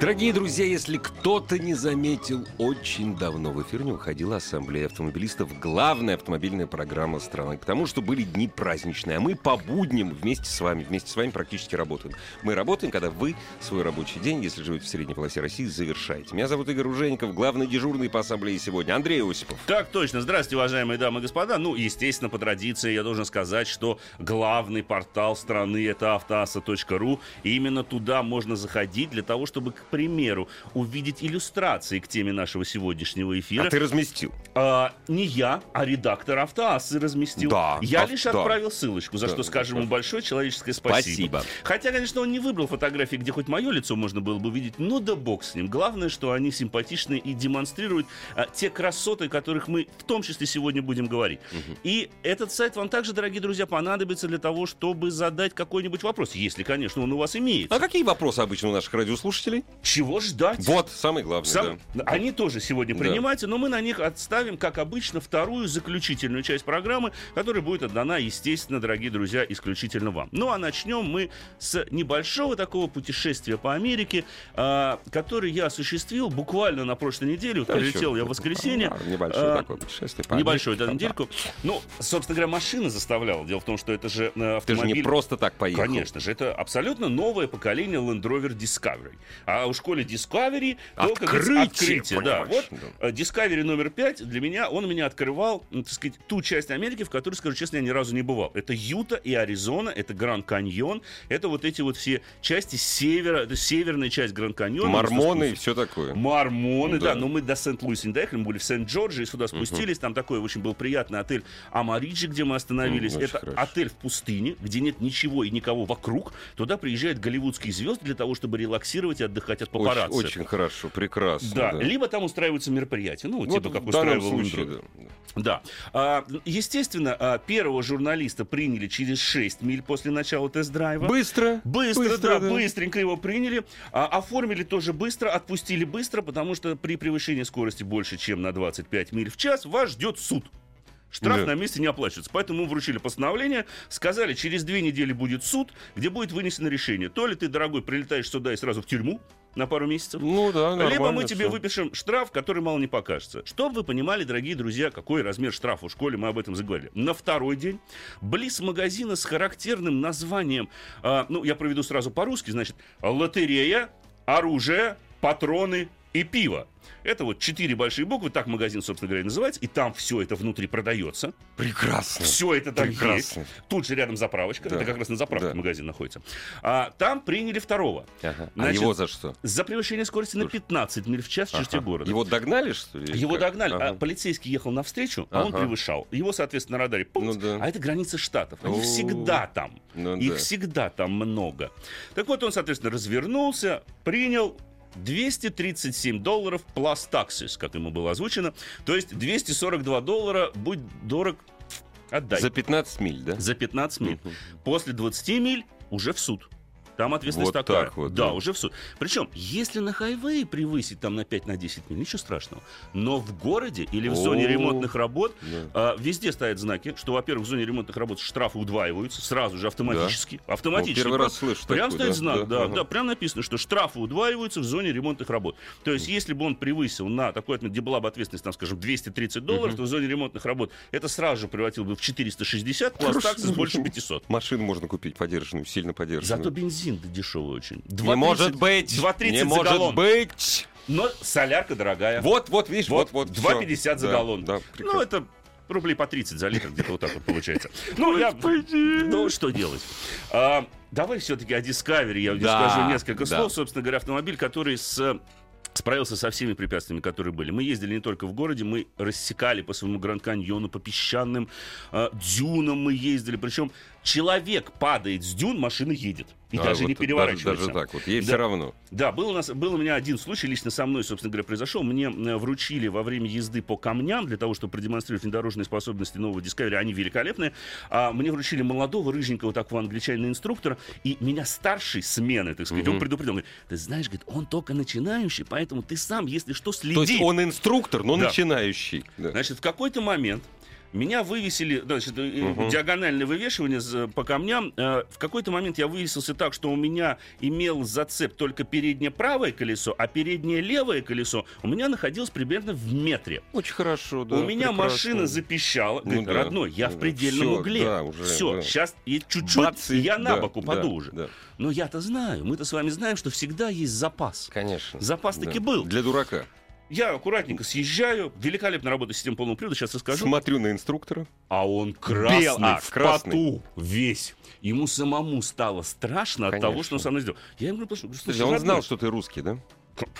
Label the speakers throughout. Speaker 1: Дорогие друзья, если кто-то не заметил, очень давно в эфир не уходила Ассамблея автомобилистов, главная автомобильная программа страны, потому что были дни праздничные, а мы по будням вместе с вами, вместе с вами практически работаем. Мы работаем, когда вы свой рабочий день, если живете в средней полосе России, завершаете. Меня зовут Игорь Ужеников, главный дежурный по Ассамблее сегодня, Андрей Осипов. А
Speaker 2: Так точно. Здравствуйте, уважаемые дамы и господа. Ну, естественно, по традиции я должен сказать, что главный портал страны — это автоаса.ру. И именно туда можно заходить для того, чтобы, к примеру, увидеть иллюстрации к теме нашего сегодняшнего эфира.
Speaker 1: А ты разместил.
Speaker 2: А, не я, а редактор автоасы разместил.
Speaker 1: Да,
Speaker 2: Я
Speaker 1: а-
Speaker 2: лишь
Speaker 1: да.
Speaker 2: отправил ссылочку, за
Speaker 1: Да,
Speaker 2: что скажем ему большое человеческое спасибо.
Speaker 1: Спасибо.
Speaker 2: Хотя, конечно, он не выбрал фотографии, где хоть мое лицо можно было бы увидеть, но да бог с ним. Главное, что они симпатичны и демонстрируют а, те красоты, о которых мы в том числе сегодня будем говорить. И этот сайт вам также, дорогие друзья, понадобится для того, чтобы задать какой-нибудь вопрос, если, конечно, он у вас имеется.
Speaker 1: А какие вопросы обычно у наших радиослушателей?
Speaker 2: Чего ждать?
Speaker 1: Вот, самый главный,
Speaker 2: Сам-
Speaker 1: да.
Speaker 2: Они тоже сегодня
Speaker 1: Да.
Speaker 2: принимаются, но мы на них отставим, как обычно, вторую заключительную часть программы, которая будет отдана, естественно, дорогие друзья, исключительно вам. Ну а начнем мы с небольшого такого путешествия по Америке, а, который я осуществил буквально на прошлой неделе. Вот
Speaker 1: Да, Ну,
Speaker 2: прилетел
Speaker 1: еще.
Speaker 2: я в воскресенье.
Speaker 1: Да, небольшое
Speaker 2: А,
Speaker 1: такое путешествие. по
Speaker 2: Небольшую, да,
Speaker 1: Америке, там,
Speaker 2: недельку. Ну, собственно говоря, машина заставляла. Дело в том, что это же э,
Speaker 1: Ты же
Speaker 2: автомобиль...
Speaker 1: не просто так поехал.
Speaker 2: Конечно же, это абсолютно новое поколение Land Rover Discovery. А у школе Discovery только
Speaker 1: Открытие,
Speaker 2: открытие. Да,
Speaker 1: понимаешь,
Speaker 2: вот э, Discovery номер 5 для меня, он меня открывал, ну, так сказать, ту часть Америки, в которой, скажу честно, я ни разу не бывал. Это Юта и Аризона, это Гранд Каньон, это вот эти вот все части севера, это северная часть Гранд Каньона.
Speaker 1: Мормоны и все такое.
Speaker 2: Мормоны, да.
Speaker 1: Ну Да.
Speaker 2: Но мы до Сент-Луиса не доехали, мы были в Сент-Джорджи, и сюда спустились. Там такой очень был приятный отель Амариджи, где мы остановились.
Speaker 1: М, очень
Speaker 2: Это
Speaker 1: хорошо.
Speaker 2: отель в пустыне, где нет ничего и никого вокруг. Туда приезжают голливудские звезды для того, чтобы релаксировать и отдыхать от
Speaker 1: Очень,
Speaker 2: папарацци.
Speaker 1: очень хорошо, прекрасно.
Speaker 2: Да, либо там устраиваются мероприятия. Ну,
Speaker 1: Вот
Speaker 2: типа как
Speaker 1: в данном
Speaker 2: устраивал
Speaker 1: случае,
Speaker 2: Лундру.
Speaker 1: да.
Speaker 2: Да. А, естественно, а, первого журналиста приняли через 6 миль после начала тест-драйва.
Speaker 1: Быстро.
Speaker 2: Быстро, да, быстренько его приняли. А, оформили тоже быстро, отпустили быстро, потому что при превышении скорости больше, чем на 25 миль в час, вас ждет суд. Штраф
Speaker 1: Да.
Speaker 2: на месте не оплачивается. Поэтому ему вручили постановление, сказали, через две недели будет суд, где будет вынесено решение. То ли ты, дорогой, прилетаешь сюда и сразу в тюрьму на пару месяцев,
Speaker 1: Ну да,
Speaker 2: либо мы
Speaker 1: нормально
Speaker 2: тебе
Speaker 1: всё.
Speaker 2: выпишем штраф, который мало не покажется. Чтобы вы понимали, дорогие друзья, какой размер штрафа в школе, мы об этом заговорили. На второй день близ магазина с характерным названием, а, ну, я проведу сразу по-русски, значит, лотерея, оружие, патроны и пиво. Это вот четыре большие буквы, так магазин, собственно говоря, и называется, и там все это внутри продается.
Speaker 1: Прекрасно.
Speaker 2: Все это там
Speaker 1: Прекрасно.
Speaker 2: есть. Тут же рядом заправочка,
Speaker 1: Да.
Speaker 2: это как раз на заправке
Speaker 1: Да.
Speaker 2: магазин находится. А, там приняли второго.
Speaker 1: Ага. А
Speaker 2: Значит,
Speaker 1: его за что?
Speaker 2: За превышение скорости на 15 миль в час в черте
Speaker 1: Ага.
Speaker 2: города.
Speaker 1: Его догнали, что ли? или
Speaker 2: Его
Speaker 1: как?
Speaker 2: догнали, а
Speaker 1: Ага.
Speaker 2: полицейский ехал навстречу, а он
Speaker 1: Ага.
Speaker 2: превышал. Его, соответственно, на радаре. пункт,
Speaker 1: Ну да.
Speaker 2: А это граница штатов. Они
Speaker 1: О.
Speaker 2: всегда там.
Speaker 1: Ну
Speaker 2: Их
Speaker 1: да.
Speaker 2: всегда там много. Так вот, он, соответственно, развернулся, принял 237 долларов plus taxes, как ему было озвучено. То есть 242 доллара, будь дорог, отдай.
Speaker 1: За 15 миль, да?
Speaker 2: За 15 миль. После 20 миль уже в суд. Там ответственность
Speaker 1: Вот
Speaker 2: такая.
Speaker 1: так вот,
Speaker 2: да,
Speaker 1: да.
Speaker 2: уже в суд. Причем, если на хайвее превысить там на 5 на 10 миль, ничего страшного. Но в городе или в зоне
Speaker 1: О.
Speaker 2: ремонтных работ
Speaker 1: Да. Ну,
Speaker 2: а, везде стоят знаки, что, во-первых, в зоне ремонтных работ штрафы удваиваются сразу же автоматически. Автоматически.
Speaker 1: О, Ну, первый
Speaker 2: Прям-
Speaker 1: раз слышу
Speaker 2: Прям
Speaker 1: такое,
Speaker 2: стоит
Speaker 1: да,
Speaker 2: знак,
Speaker 1: да,
Speaker 2: да,
Speaker 1: ага.
Speaker 2: да, прям написано, что штрафы удваиваются в зоне ремонтных работ. То есть, если бы он превысил на такой отметке, где была бы ответственность, там, скажем, 230 долларов, то в зоне ремонтных работ это сразу же превратило бы в 460, класс
Speaker 1: Хорошо.
Speaker 2: таксис больше 500.
Speaker 1: Машину можно купить подержанную, сильно подержанную.
Speaker 2: Зато бензин да дешевый очень.
Speaker 1: Не может быть!
Speaker 2: 2,30
Speaker 1: Не
Speaker 2: за
Speaker 1: может
Speaker 2: галлон.
Speaker 1: быть!
Speaker 2: Но солярка дорогая.
Speaker 1: Вот, вот, видишь, вот, вот. всё.
Speaker 2: 2,50 за
Speaker 1: Да,
Speaker 2: галлон.
Speaker 1: Да,
Speaker 2: ну,
Speaker 1: прекрасно.
Speaker 2: это рублей по 30 за литр, где-то вот так вот получается. Ну, я... Ну, что делать? А, Давай все-таки о Discovery. Я
Speaker 1: Да,
Speaker 2: скажу несколько
Speaker 1: да.
Speaker 2: слов. Собственно говоря, автомобиль, который с справился со всеми препятствиями, которые были. Мы ездили не только в городе, мы рассекали по своему Гранд Каньону, по песчаным э, дюнам мы а, ездили. Причем Человек падает с дюн, машина едет. И
Speaker 1: А,
Speaker 2: даже не
Speaker 1: вот
Speaker 2: переворачивается.
Speaker 1: Даже, даже так вот. Ей
Speaker 2: Да.
Speaker 1: все равно.
Speaker 2: Да, был у, нас, был у меня один случай, лично со мной, собственно говоря, произошел. Мне э, вручили во время езды по камням, для того, чтобы продемонстрировать внедорожные способности нового Discovery, они великолепные. А, мне вручили молодого, рыженького такого англичанина инструктора, и меня старший смены, так сказать,
Speaker 1: Мгм.
Speaker 2: он предупредил. Он говорит, ты знаешь, говорит, он только начинающий, поэтому ты сам, если что, следи.
Speaker 1: То есть он инструктор, но
Speaker 2: Да.
Speaker 1: начинающий. Да.
Speaker 2: Значит, в какой-то момент меня вывесили, значит, э,
Speaker 1: Мгм.
Speaker 2: диагональное вывешивание за- по камням. Э, В какой-то момент я вывесился так, что у меня имел зацеп только переднее правое колесо, а переднее левое колесо у меня находилось примерно в метре.
Speaker 1: Очень хорошо, да.
Speaker 2: у меня
Speaker 1: прекрасно.
Speaker 2: машина запищала.
Speaker 1: Ну
Speaker 2: Говорит,
Speaker 1: да,
Speaker 2: родной, я
Speaker 1: ну
Speaker 2: в
Speaker 1: да,
Speaker 2: предельном
Speaker 1: всё,
Speaker 2: угле.
Speaker 1: да, уже,
Speaker 2: Все,
Speaker 1: да.
Speaker 2: сейчас чуть-чуть,
Speaker 1: Бац,
Speaker 2: и я на
Speaker 1: да,
Speaker 2: бок
Speaker 1: да,
Speaker 2: упаду уже.
Speaker 1: да.
Speaker 2: Но я-то знаю, мы-то с вами знаем, что всегда есть запас.
Speaker 1: Конечно.
Speaker 2: Запас таки
Speaker 1: Да.
Speaker 2: был.
Speaker 1: Для дурака.
Speaker 2: Я аккуратненько съезжаю, великолепно работает система полного привода, сейчас расскажу.
Speaker 1: Смотрю на инструктора.
Speaker 2: А он красный,
Speaker 1: Бел- а,
Speaker 2: в
Speaker 1: красный.
Speaker 2: поту весь. Ему самому стало страшно от
Speaker 1: Конечно.
Speaker 2: того, что он со мной сделал. Я ему говорю, слушай,
Speaker 1: Слушай, а он знал, что ты русский, да?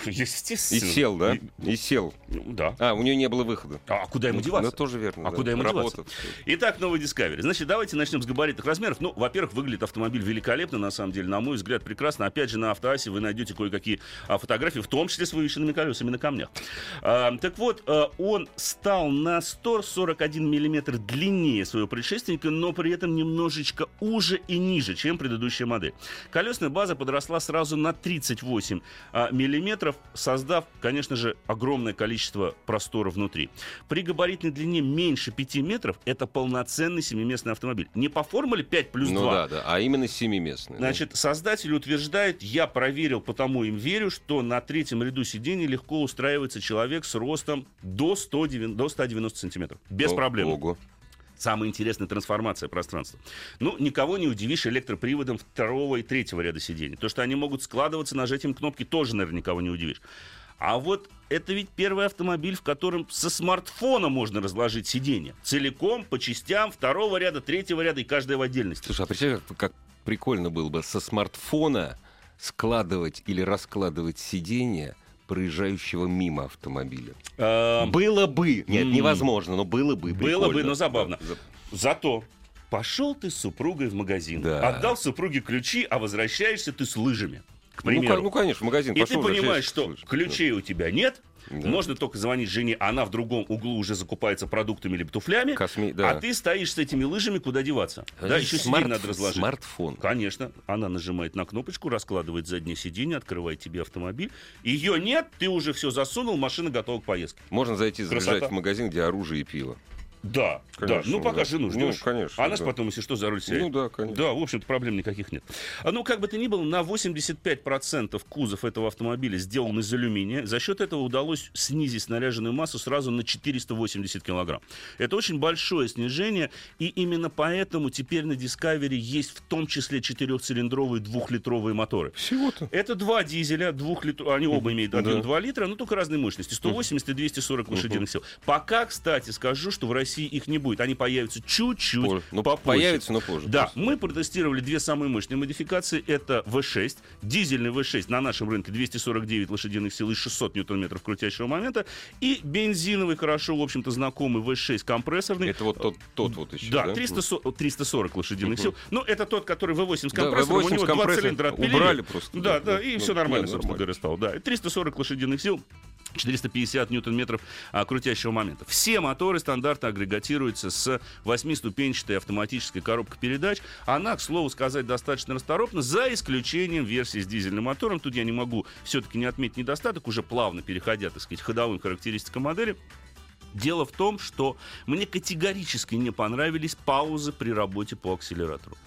Speaker 1: И
Speaker 2: Естественно.
Speaker 1: сел, да?
Speaker 2: И-
Speaker 1: И сел.
Speaker 2: ну, да.
Speaker 1: А, у нее не было выхода.
Speaker 2: А куда ему
Speaker 1: Ну,
Speaker 2: деваться?
Speaker 1: Да, тоже верно.
Speaker 2: А
Speaker 1: да.
Speaker 2: куда ему деваться?
Speaker 1: Работа.
Speaker 2: Итак, новый Discovery. Значит, давайте начнем с габаритных размеров. Ну, во-первых, выглядит автомобиль великолепно, на самом деле, на мой взгляд, прекрасно. Опять же, на автоасе вы найдете кое-какие а, фотографии, в том числе с вывешенными колесами на камнях. А, так вот, а, он стал на 141 миллиметр длиннее своего предшественника, но при этом немножечко уже и ниже, чем предыдущая модель. Колесная база подросла сразу на 38 а, миллиметров, создав, конечно же, огромное количество простора внутри. При габаритной длине меньше 5 метров это полноценный семиместный автомобиль. Не по формуле 5 плюс
Speaker 1: Ну
Speaker 2: 2.
Speaker 1: да, да. А именно семиместный. да.
Speaker 2: Значит, создатель утверждает, я проверил, потому им верю, что на третьем ряду сидений легко устраивается человек с ростом до, 190, до 190 сантиметров. Без
Speaker 1: О-
Speaker 2: проблем.
Speaker 1: Ого.
Speaker 2: Самая интересная трансформация пространства. Ну, никого не удивишь электроприводом второго и третьего ряда сидений. То, что они могут складываться нажатием кнопки, тоже, наверное, никого не удивишь. А вот это ведь первый автомобиль, в котором со смартфона можно разложить сиденье. Целиком, по частям, второго ряда, третьего ряда и каждое в отдельности.
Speaker 1: Слушай, а представляешь, как, как прикольно было бы со смартфона складывать или раскладывать сиденье проезжающего мимо автомобиля.
Speaker 2: Эм,
Speaker 1: Было бы. Нет,
Speaker 2: М.
Speaker 1: невозможно, но было бы.
Speaker 2: Было бы,
Speaker 1: прикольно.
Speaker 2: но забавно.
Speaker 1: Да, за-
Speaker 2: Зато пошел ты с супругой в магазин,
Speaker 1: Да.
Speaker 2: отдал супруге ключи, а возвращаешься ты с лыжами. К
Speaker 1: Ну,
Speaker 2: примеру.
Speaker 1: ко- ну, конечно, в магазин
Speaker 2: И
Speaker 1: пошел.
Speaker 2: ты понимаешь,
Speaker 1: возвращаешься,
Speaker 2: что
Speaker 1: слушай, ну,
Speaker 2: ключей у тебя нет,
Speaker 1: Да.
Speaker 2: можно только звонить жене, а она в другом углу уже закупается продуктами или туфлями,
Speaker 1: Косми- да.
Speaker 2: а ты стоишь с этими лыжами, куда деваться.
Speaker 1: да.
Speaker 2: да, еще
Speaker 1: Смарт-
Speaker 2: сиденье надо разложить.
Speaker 1: Смартфон.
Speaker 2: Конечно, она нажимает на кнопочку, раскладывает заднее сиденье, открывает тебе автомобиль. Ее нет, ты уже все засунул, машина готова к поездке.
Speaker 1: Можно зайти
Speaker 2: Красота.
Speaker 1: забежать в магазин, где оружие и пиво.
Speaker 2: Да, да.
Speaker 1: Конечно,
Speaker 2: Ну, пока
Speaker 1: да.
Speaker 2: жену
Speaker 1: Ну,
Speaker 2: ждешь.
Speaker 1: конечно,
Speaker 2: Она же
Speaker 1: да.
Speaker 2: потом, если что, за руль сядет.
Speaker 1: Ну да, конечно.
Speaker 2: Да, в общем-то, проблем никаких нет. А, Ну, как бы то ни было, на 85% кузов этого автомобиля сделан из алюминия. За счет этого удалось снизить снаряженную массу сразу на 480 килограмм. Это очень большое снижение, и именно поэтому теперь на Discovery есть в том числе четырехцилиндровые двухлитровые моторы.
Speaker 1: Всего-то.
Speaker 2: Это два дизеля, двух литров, они оба имеют
Speaker 1: Да.
Speaker 2: 1-2 литра, но только разной мощности, 180 и 240 лошадиных сил. Пока, кстати, скажу, что в России их не будет, они появятся чуть-чуть
Speaker 1: Позже. Ну,
Speaker 2: попозже.
Speaker 1: появится, но позже.
Speaker 2: Да,
Speaker 1: Просто.
Speaker 2: мы протестировали две самые мощные модификации. Это V6, дизельный V6 на нашем рынке 249 лошадиных сил и 600 ньютон-метров крутящего момента. И бензиновый, хорошо, в общем-то, знакомый V6 компрессорный.
Speaker 1: Это вот тот, тот вот еще.
Speaker 2: Ну, Да, 340, 340 лошадиных сил. Ну, это тот, который V8 с
Speaker 1: Да,
Speaker 2: компрессором,
Speaker 1: V8
Speaker 2: у
Speaker 1: с
Speaker 2: него два
Speaker 1: компрессором
Speaker 2: цилиндра отпилили.
Speaker 1: убрали просто.
Speaker 2: Да,
Speaker 1: Да,
Speaker 2: да,
Speaker 1: ну,
Speaker 2: и
Speaker 1: ну,
Speaker 2: все нормально,
Speaker 1: да,
Speaker 2: собственно
Speaker 1: нормально.
Speaker 2: говоря, стало. Да, И 340 лошадиных сил. 450 ньютон-метров а, крутящего момента. Все моторы стандартно агрегатируются с восьмиступенчатой автоматической коробкой передач. Она, к слову сказать, достаточно расторопна, за исключением версии с дизельным мотором. Тут я не могу все-таки не отметить недостаток, уже плавно переходя, так сказать, к ходовым характеристикам модели. Дело в том, что мне категорически не понравились паузы при работе по акселератору.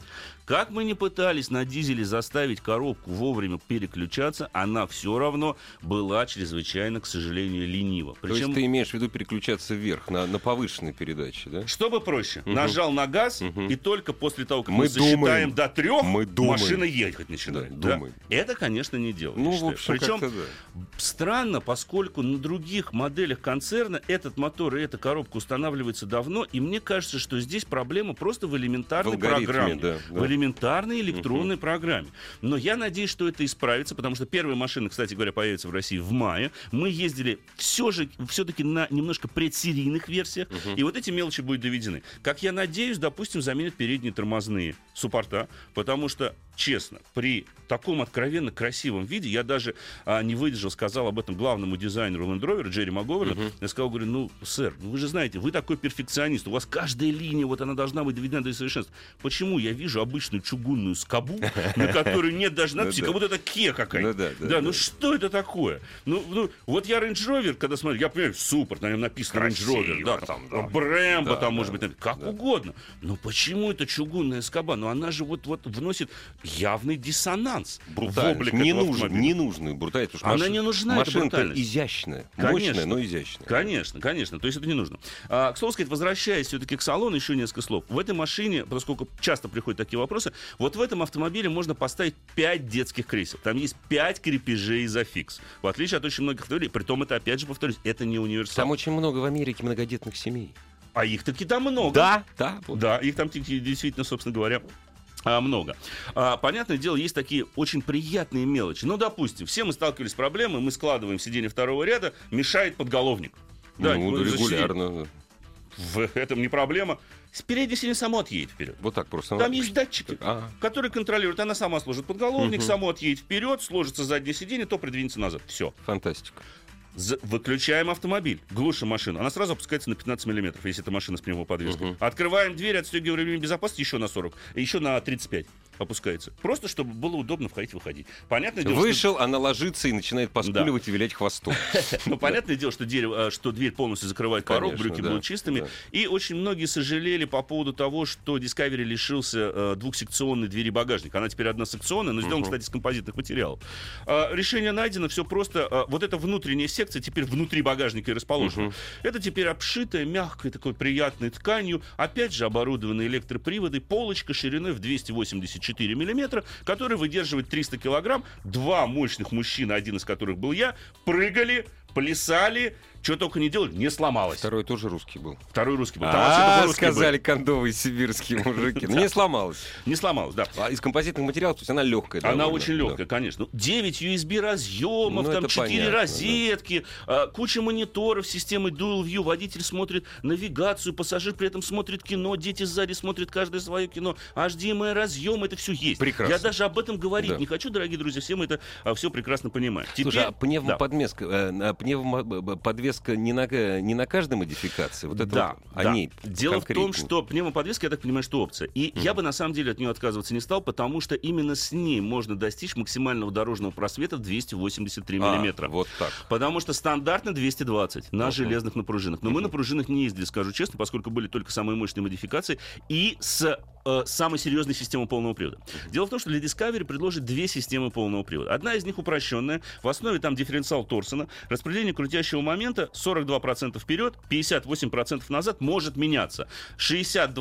Speaker 2: Как мы не пытались на дизеле заставить коробку вовремя переключаться, она все равно была чрезвычайно, к сожалению, ленива.
Speaker 1: То есть ты имеешь в виду переключаться вверх на, на повышенной передаче, да?
Speaker 2: чтобы проще,
Speaker 1: Мгм.
Speaker 2: нажал на газ,
Speaker 1: Мгм.
Speaker 2: и только после того, как мы,
Speaker 1: Мы
Speaker 2: засчитаем
Speaker 1: думаем.
Speaker 2: до трех,
Speaker 1: Мы думаем.
Speaker 2: машина ехать начинает.
Speaker 1: Да,
Speaker 2: да?
Speaker 1: думаем.
Speaker 2: Это, конечно, не дело.
Speaker 1: Ну, в общем,
Speaker 2: Причем
Speaker 1: как-то да.
Speaker 2: Странно, поскольку на других моделях концерна этот мотор мотора и эта коробка устанавливается давно, и мне кажется, что здесь проблема просто в элементарной
Speaker 1: В алгоритме,
Speaker 2: программе.
Speaker 1: да, да.
Speaker 2: В элементарной электронной программе. Но я надеюсь, что это исправится, потому что первая машина, кстати говоря, появится в России в мае. Мы ездили все же, все-таки на немножко предсерийных версиях, и вот эти мелочи будут доведены. Как я надеюсь, допустим, заменят передние тормозные суппорта, потому что, честно, при таком откровенно красивом виде, я даже а, не выдержал, сказал об этом главному дизайнеру Land Rover Джерри Маговерлю, я сказал, говорю, ну, сэр, ну, вы же знаете, вы такой перфекционист, у вас каждая линия, вот она должна быть доведена до совершенства. Почему я вижу обычную чугунную скобу, на которой нет даже надписи,
Speaker 1: Ну да.
Speaker 2: как будто это ке какая-то.
Speaker 1: Ну да, да,
Speaker 2: Да,
Speaker 1: да.
Speaker 2: ну что это такое? Ну, ну, вот я Range Rover, когда смотрю, я понимаю, супер, на нем написано Range
Speaker 1: Красиво
Speaker 2: Rover, да,
Speaker 1: там,
Speaker 2: там,
Speaker 1: да.
Speaker 2: Брэмбо
Speaker 1: Да,
Speaker 2: там,
Speaker 1: да,
Speaker 2: может быть, напи- как угодно. Но почему это чугунная скоба? Ну, она же вот, вот вносит явный диссонанс в облик
Speaker 1: не
Speaker 2: этого
Speaker 1: нужен,
Speaker 2: автомобиля.
Speaker 1: ненужную брутальность. потому что
Speaker 2: Она не нужна, эта
Speaker 1: Машина-то
Speaker 2: брутальность.
Speaker 1: изящная, мощная,
Speaker 2: Конечно.
Speaker 1: но изящная.
Speaker 2: Конечно, конечно. То есть это не нужно. А, к слову сказать, возвращаясь все-таки к салону, еще несколько слов. В этой машине, поскольку часто приходят такие вопросы, вот в этом автомобиле можно поставить 5 детских кресел. Там есть 5 крепежей за фикс. В отличие от очень многих автомобилей. Притом это, опять же, повторюсь, это не универсал.
Speaker 1: Там очень много в Америке многодетных семей.
Speaker 2: А их таки там много.
Speaker 1: Да, да. вот.
Speaker 2: Да, их там таки действительно, собственно говоря, а, много. А, понятное дело, есть такие очень приятные мелочи. Ну, допустим, все мы сталкивались с проблемой, мы складываем сиденье второго ряда, мешает подголовник.
Speaker 1: ну,
Speaker 2: мы засидели.
Speaker 1: регулярно.
Speaker 2: В этом не проблема. Спереди сиденье само отъедет вперед.
Speaker 1: Вот так просто.
Speaker 2: Там есть датчики,
Speaker 1: А.
Speaker 2: которые контролируют. Она сама сложит подголовник, само отъедет вперед, сложится заднее сиденье, то придвинется назад. Все.
Speaker 1: Фантастика.
Speaker 2: За- Выключаем автомобиль, глушим машину. Она сразу опускается на 15 миллиметров, если это машина с пневмоподвеской. Открываем дверь, отстегиваем ремень безопасности еще на 40, еще на 35 опускается. Просто, чтобы было удобно входить-выходить. Понятное дело, что-
Speaker 1: Вышел, она ложится и начинает поскуливать и вилять хвостом.
Speaker 2: Ну, понятное дело, что, дерево, э, что дверь полностью закрывает порог,
Speaker 1: Конечно,
Speaker 2: брюки
Speaker 1: да,
Speaker 2: будут чистыми.
Speaker 1: да.
Speaker 2: И очень многие сожалели по поводу того, что Discovery лишился э, двухсекционной двери багажника. Она теперь односекционная, но сделана, кстати, из композитных материалов. А, решение найдено, все просто. А, вот эта внутренняя секция теперь внутри багажника и расположена. Это теперь обшитая мягкой такой приятной тканью. Опять же, оборудованы электроприводы. Полочка шириной в 284 миллиметра, которая выдерживает 300 килограмм. Два мощных мужчины, один из которых был я, прыгали, плясали, что только не делали, не сломалось.
Speaker 1: Второй тоже русский был.
Speaker 2: Второй русский был. Там вообще
Speaker 1: А,
Speaker 2: только русские были.
Speaker 1: сказали кондовые сибирские мужики. Ну, Не сломалась.
Speaker 2: Не сломалось, да.
Speaker 1: А из композитных материалов, то есть она легкая.
Speaker 2: Она очень легкая, конечно. 9 USB разъемов,
Speaker 1: Ну, это
Speaker 2: там 4
Speaker 1: понятно, да.
Speaker 2: розетки, а, куча мониторов системы Dual View. Водитель смотрит навигацию, пассажир при этом смотрит кино, дети сзади смотрят каждое свое кино. HDMI разъем, это все есть.
Speaker 1: Прекрасно.
Speaker 2: Я даже об этом говорить
Speaker 1: Да.
Speaker 2: не хочу, дорогие друзья, все мы это все прекрасно понимаем.
Speaker 1: Слушай, а
Speaker 2: Теперь- Да.
Speaker 1: пневмоподмеска, э, на- пневмоподвеска не на, г- не на каждой модификации? Вот это
Speaker 2: да,
Speaker 1: вот о
Speaker 2: да.
Speaker 1: ней
Speaker 2: Дело в том,
Speaker 1: конкретнее.
Speaker 2: что пневмоподвеска, я так понимаю, что опция. И я бы на самом деле от нее отказываться не стал, потому что именно с ней можно достичь максимального дорожного просвета в 283
Speaker 1: А,
Speaker 2: миллиметра.
Speaker 1: вот так.
Speaker 2: Потому что стандартно 220 на железных напружинах. Но мы на пружинах не ездили, скажу честно, поскольку были только самые мощные модификации и с э, самой серьезной системой полного привода. Дело в том, что для Discovery предложит две системы полного привода. Одна из них упрощенная. В основе там дифференциал Торсона. Распределение крутящего момента 42% вперед, 58% назад может меняться. 62-38,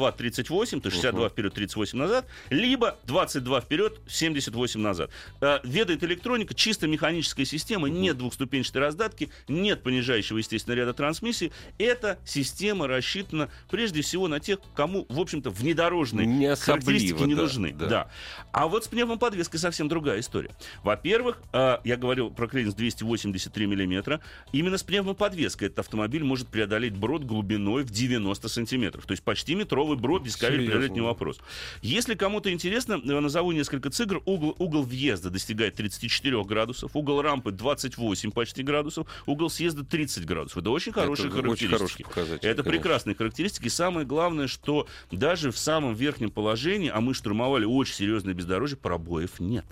Speaker 2: то есть 62 вперед, 38 назад, либо 22 вперед, 78 назад. Э, Ведает электроника, чисто механическая система, нет двухступенчатой раздатки, нет понижающего, естественно, ряда трансмиссий. Эта система рассчитана прежде всего на тех, кому, в общем-то, внедорожные
Speaker 1: Не особливо,
Speaker 2: характеристики не
Speaker 1: да,
Speaker 2: нужны.
Speaker 1: да.
Speaker 2: Да. А вот с пневмоподвеской совсем другая история. Во-первых, э, я говорил про крейнс 283 миллиметра. Именно с пневмоподвеской этот автомобиль может преодолеть брод глубиной в 90 сантиметров. То есть почти метровый брод Discovery
Speaker 1: Серьезно,
Speaker 2: преодолеть не
Speaker 1: да.
Speaker 2: вопрос. Если кому-то интересно, э, назову несколько цифр. Угол, угол въезда достигает 34 градусов, угол рампы 28 почти градусов, угол съезда 30 градусов. Это очень хорошие
Speaker 1: очень
Speaker 2: характеристики.
Speaker 1: хороший показатель, конечно.
Speaker 2: Это прекрасные характеристики. И самое главное, что даже в самом верхнем положении, а мы штурмовали очень серьезное бездорожье, пробоев нет.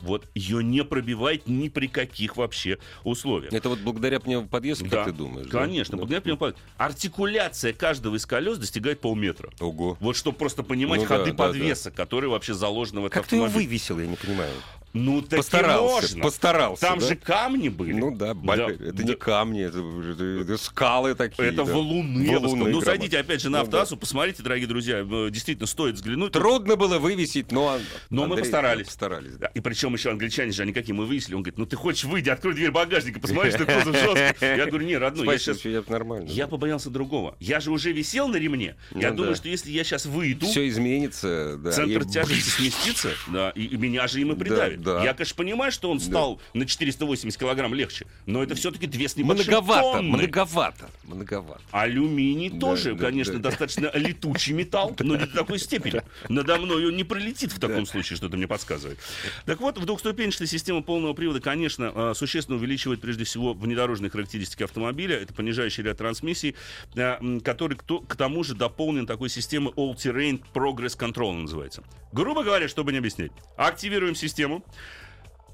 Speaker 2: Вот ее не пробивает ни при каких вообще условиях.
Speaker 1: Это вот благодаря пневмоподвеске, как ты думаешь? да?
Speaker 2: Конечно,
Speaker 1: Да.
Speaker 2: благодаря пневмоподвеске. Артикуляция каждого из колес достигает полметра.
Speaker 1: Ого.
Speaker 2: Вот чтобы просто понимать
Speaker 1: Ну да,
Speaker 2: ходы
Speaker 1: да,
Speaker 2: подвесок, которые вообще заложены в
Speaker 1: А
Speaker 2: этом
Speaker 1: Как ты ее
Speaker 2: автомобиле.
Speaker 1: вывесил, я не понимаю.
Speaker 2: Ну, таки
Speaker 1: постарался,
Speaker 2: можно.
Speaker 1: постарался.
Speaker 2: Там
Speaker 1: да?
Speaker 2: же камни были.
Speaker 1: Ну да, бо-
Speaker 2: Да,
Speaker 1: это
Speaker 2: да.
Speaker 1: не камни, это, это- это скалы такие.
Speaker 2: Это
Speaker 1: да.
Speaker 2: валуны. я
Speaker 1: Валуны
Speaker 2: бы сказал. ну,
Speaker 1: громадные.
Speaker 2: зайдите опять же
Speaker 1: Ну
Speaker 2: на
Speaker 1: да.
Speaker 2: автоасу, посмотрите, дорогие друзья. э, Действительно, стоит взглянуть.
Speaker 1: Трудно было вывесить, но...
Speaker 2: Но мы
Speaker 1: Андрей,
Speaker 2: постарались.
Speaker 1: Постарались, да.
Speaker 2: Да, И причем еще англичане же, они какие мы выяснили. Он говорит, ну ты хочешь выйди, открой дверь багажника, посмотри, что кузов жесткий. Я говорю, не, родной, я
Speaker 1: Спасибо,
Speaker 2: сейчас...
Speaker 1: всё, Ну, я нормально.
Speaker 2: Я побоялся другого. Я же уже висел на ремне. Я
Speaker 1: Ну
Speaker 2: думаю,
Speaker 1: да.
Speaker 2: что если я сейчас выйду,
Speaker 1: Все изменится, да.
Speaker 2: центр
Speaker 1: и-
Speaker 2: тяжести сместится, да, и, и меня же им и
Speaker 1: Да,
Speaker 2: придавит.
Speaker 1: да.
Speaker 2: Я, конечно, понимаю, что он стал на 480 килограмм легче, но это все-таки две с небольшим
Speaker 1: Многовато,
Speaker 2: тонны.
Speaker 1: многовато, многовато.
Speaker 2: Алюминий
Speaker 1: Да,
Speaker 2: тоже,
Speaker 1: да,
Speaker 2: конечно,
Speaker 1: да.
Speaker 2: достаточно летучий металл, но не до такой степени. Надо мной он не пролетит в таком случае, что-то мне подсказывает. Так вот, в двухступенчатой системе полного привода, конечно, э, существенно увеличивает прежде всего внедорожные характеристики автомобиля. Это понижающий ряд трансмиссий, э, м, который кто- к тому же дополнен такой системой All Terrain Progress Control она называется. Грубо говоря, чтобы не объяснять, активируем систему.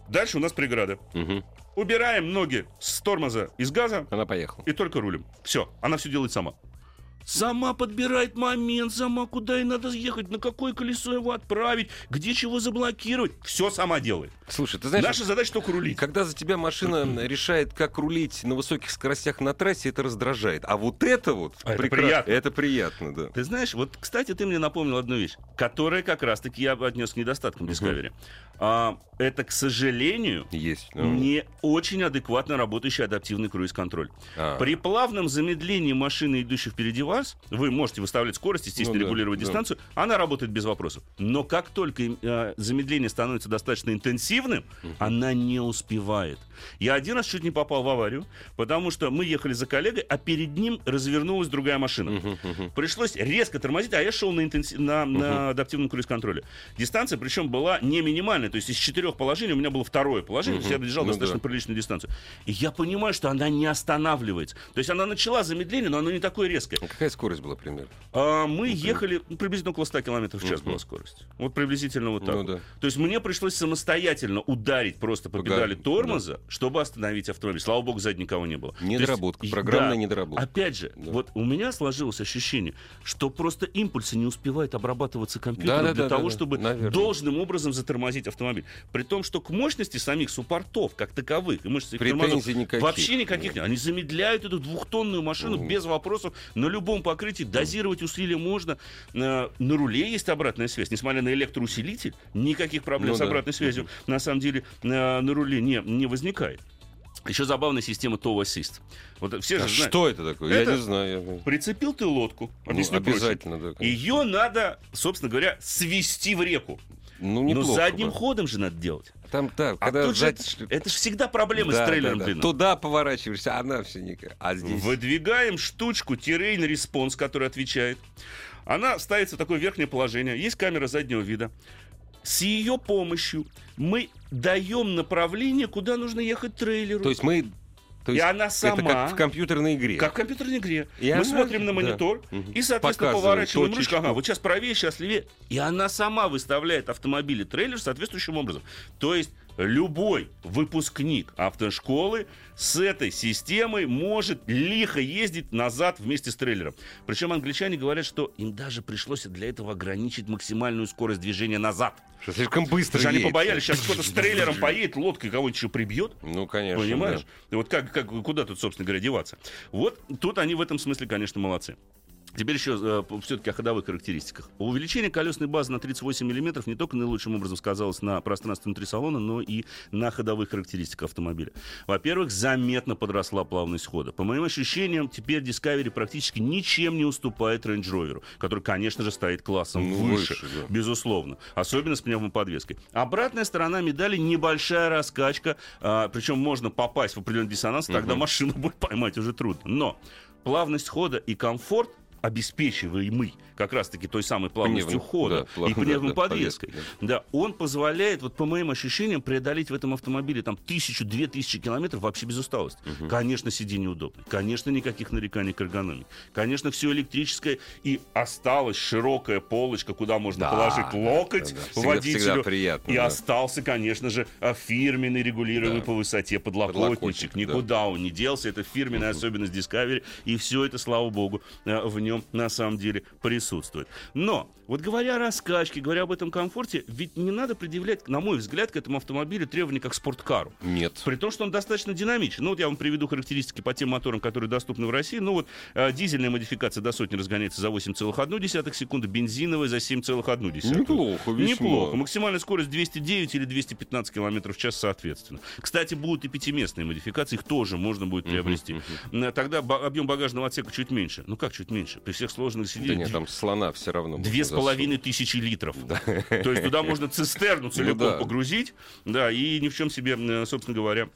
Speaker 2: Дальше у нас преграда.
Speaker 1: Мгм.
Speaker 2: Убираем ноги с тормоза из газа,
Speaker 1: Она поехала.
Speaker 2: и только рулем. Все, она все делает сама. Сама подбирает момент, сама куда и надо ехать, на какое колесо его отправить, где чего заблокировать. Все сама делает.
Speaker 1: Слушай, ты знаешь,
Speaker 2: Наша задача только рулить.
Speaker 1: когда за тебя машина решает, как рулить на высоких скоростях на трассе, это раздражает. А вот это вот
Speaker 2: А это
Speaker 1: прекра-
Speaker 2: приятно.
Speaker 1: Это приятно, да.
Speaker 2: Ты знаешь, вот, кстати, ты мне напомнил одну вещь, которая как раз-таки я бы отнес к недостаткам Discovery. А, это, к сожалению,
Speaker 1: Есть. ну,
Speaker 2: не очень адекватно работающий адаптивный круиз-контроль.
Speaker 1: а.
Speaker 2: При плавном замедлении машины, идущей впереди вас, вы можете выставлять скорость, естественно,
Speaker 1: Ну да,
Speaker 2: регулировать
Speaker 1: да.
Speaker 2: дистанцию, она работает без вопросов. Но как только э, замедление становится достаточно интенсивным, она не успевает. Я один раз чуть не попал в аварию, потому что мы ехали за коллегой, а перед ним развернулась другая машина.
Speaker 1: Мгм, мгм.
Speaker 2: Пришлось резко тормозить, а я шел на, интенси- на, на адаптивном круиз-контроле. Дистанция, причем, была не минимальная. То есть из четырех положений у меня было второе положение. То есть я
Speaker 1: Мгм.
Speaker 2: добежал
Speaker 1: Ну
Speaker 2: достаточно
Speaker 1: да.
Speaker 2: приличную дистанцию. И я понимаю, что она не останавливается. То есть она начала замедление, но оно не такое резкое.
Speaker 1: А Какая скорость была примерно?
Speaker 2: А мы ехали ну, приблизительно около 100 километров в час
Speaker 1: Мгм.
Speaker 2: была скорость. Вот приблизительно вот так.
Speaker 1: Ну
Speaker 2: вот.
Speaker 1: да.
Speaker 2: То есть мне пришлось самостоятельно ударить просто по
Speaker 1: По
Speaker 2: педали
Speaker 1: газу,
Speaker 2: тормоза, чтобы остановить автомобиль. Слава богу, сзади никого не было. То есть-
Speaker 1: Недоработка,
Speaker 2: и-
Speaker 1: программная
Speaker 2: да.
Speaker 1: недоработка.
Speaker 2: Опять же,
Speaker 1: Да.
Speaker 2: вот у меня сложилось ощущение, что просто импульсы не успевает обрабатываться компьютером
Speaker 1: Да-да-да-да-да,
Speaker 2: для того, чтобы
Speaker 1: наверное.
Speaker 2: должным образом затормозить автомобиль. При том, что к мощности самих суппортов, как таковых, и мышцы А тормозов
Speaker 1: Претензий никаких.
Speaker 2: вообще никаких нет. Они замедляют эту двухтонную машину
Speaker 1: Мгм.
Speaker 2: без вопросов на любом покрытии. Дозировать усилия можно. Э, На руле есть обратная связь. Несмотря на электроусилитель, никаких проблем
Speaker 1: Ну
Speaker 2: с
Speaker 1: да.
Speaker 2: обратной связью на самом деле э, на руле не, не возникает. Еще забавная система Tow Assist. Вот все же
Speaker 1: А
Speaker 2: знают.
Speaker 1: что это такое?
Speaker 2: Это-
Speaker 1: Я не знаю. я-
Speaker 2: Прицепил ты лодку,
Speaker 1: Ну,
Speaker 2: объясню проще.
Speaker 1: обязательно, да. конечно.
Speaker 2: Ее надо, собственно говоря, свести в реку.
Speaker 1: Ну,
Speaker 2: Но
Speaker 1: неплохо.
Speaker 2: задним
Speaker 1: бы.
Speaker 2: ходом же надо делать.
Speaker 1: Там так,
Speaker 2: А
Speaker 1: когда
Speaker 2: тут же
Speaker 1: зад-
Speaker 2: это, это ж всегда проблема
Speaker 1: Да,
Speaker 2: с
Speaker 1: да,
Speaker 2: трейлером
Speaker 1: да.
Speaker 2: длинным.
Speaker 1: Туда поворачиваешься, а она все никак. А здесь...
Speaker 2: Выдвигаем штучку террейн респонс, который отвечает. Она ставится в такое верхнее положение. Есть камера заднего вида. С ее помощью мы даем направление, куда нужно ехать трейлеру.
Speaker 1: То есть мы... То
Speaker 2: И
Speaker 1: есть
Speaker 2: она
Speaker 1: Это
Speaker 2: сама,
Speaker 1: как в
Speaker 2: как,
Speaker 1: компьютерной игре.
Speaker 2: в компьютерной игре,
Speaker 1: И
Speaker 2: мы
Speaker 1: она-
Speaker 2: смотрим на
Speaker 1: да.
Speaker 2: монитор
Speaker 1: Мгм.
Speaker 2: и, соответственно,
Speaker 1: Показывает
Speaker 2: поворачиваем ручку.
Speaker 1: точечку.
Speaker 2: Ага, вот сейчас правее, сейчас левее. И она сама выставляет автомобиль и трейлер соответствующим образом. То есть любой выпускник автошколы с этой системой может лихо ездить назад вместе с трейлером. Причем англичане говорят, что им даже пришлось для этого ограничить максимальную скорость движения назад.
Speaker 1: Что слишком быстро
Speaker 2: Потому что они
Speaker 1: едет.
Speaker 2: побоялись, сейчас кто-то с трейлером поедет, лодкой кого-нибудь еще прибьет.
Speaker 1: Ну, конечно.
Speaker 2: Понимаешь?
Speaker 1: да.
Speaker 2: И Вот как, как, куда тут, собственно говоря, деваться? Вот тут они в этом смысле, конечно, молодцы. Теперь еще все-таки о ходовых характеристиках. Увеличение колесной базы на 38 мм не только наилучшим образом сказалось на пространстве внутри салона, но и на ходовых характеристиках автомобиля. Во-первых, заметно подросла плавность хода. По моим ощущениям, теперь Discovery практически ничем не уступает Range Rover, который, конечно же, стоит классом
Speaker 1: Ну,
Speaker 2: выше.
Speaker 1: выше, да.
Speaker 2: Безусловно. Особенно с пневмоподвеской. Обратная сторона медали небольшая раскачка. причем можно попасть в определенный диссонанс, тогда
Speaker 1: Мгм.
Speaker 2: машину будет поймать уже трудно. Но плавность хода и комфорт обеспечиваемый как раз-таки той самой плавностью
Speaker 1: Пневмо-
Speaker 2: хода
Speaker 1: да, плав-
Speaker 2: и
Speaker 1: да, да,
Speaker 2: пневмоподвеской.
Speaker 1: подвеской,
Speaker 2: да. он позволяет, вот по моим ощущениям, преодолеть в этом автомобиле там тысячу, две тысячи километров вообще без усталости. Конечно, сиденье удобно. Конечно, никаких нареканий к эргономике. Конечно, все электрическое. И осталась широкая полочка, куда можно
Speaker 1: Да,
Speaker 2: положить
Speaker 1: да,
Speaker 2: локоть
Speaker 1: да, да. Всегда-
Speaker 2: водителю.
Speaker 1: всегда приятно,
Speaker 2: и
Speaker 1: да.
Speaker 2: остался, конечно же, а, фирменный регулируемый
Speaker 1: Да.
Speaker 2: по высоте подлокотничек.
Speaker 1: Подлокотник, да.
Speaker 2: Никуда никуда он не делся. Это фирменная особенность Discovery. И все это, слава богу, э, в нем на самом деле присутствует. Но, вот говоря о раскачке, говоря об этом комфорте, ведь не надо предъявлять, на мой взгляд, к этому автомобилю требования как к спорткару.
Speaker 1: Нет.
Speaker 2: При том, что он достаточно динамичен. Ну вот я вам приведу характеристики по тем моторам, которые доступны в России. Ну вот э, дизельная модификация до сотни разгоняется за 8,1 секунды, бензиновая за 7,1.
Speaker 1: Неплохо, весьма.
Speaker 2: Неплохо. Максимальная скорость 209 или 215 км в час соответственно. Кстати, будут и пятиместные модификации, их тоже можно будет приобрести. Э, Тогда ба- объем багажного отсека чуть меньше. Ну как чуть меньше? При всех сложных
Speaker 1: Да
Speaker 2: сидениях
Speaker 1: нет,
Speaker 2: дв-
Speaker 1: там слона все равно. можно
Speaker 2: Две с половиной тысячи литров. То есть туда можно цистерну
Speaker 1: Ну да.
Speaker 2: целиком погрузить, да, и ни в чем себе, э, собственно говоря,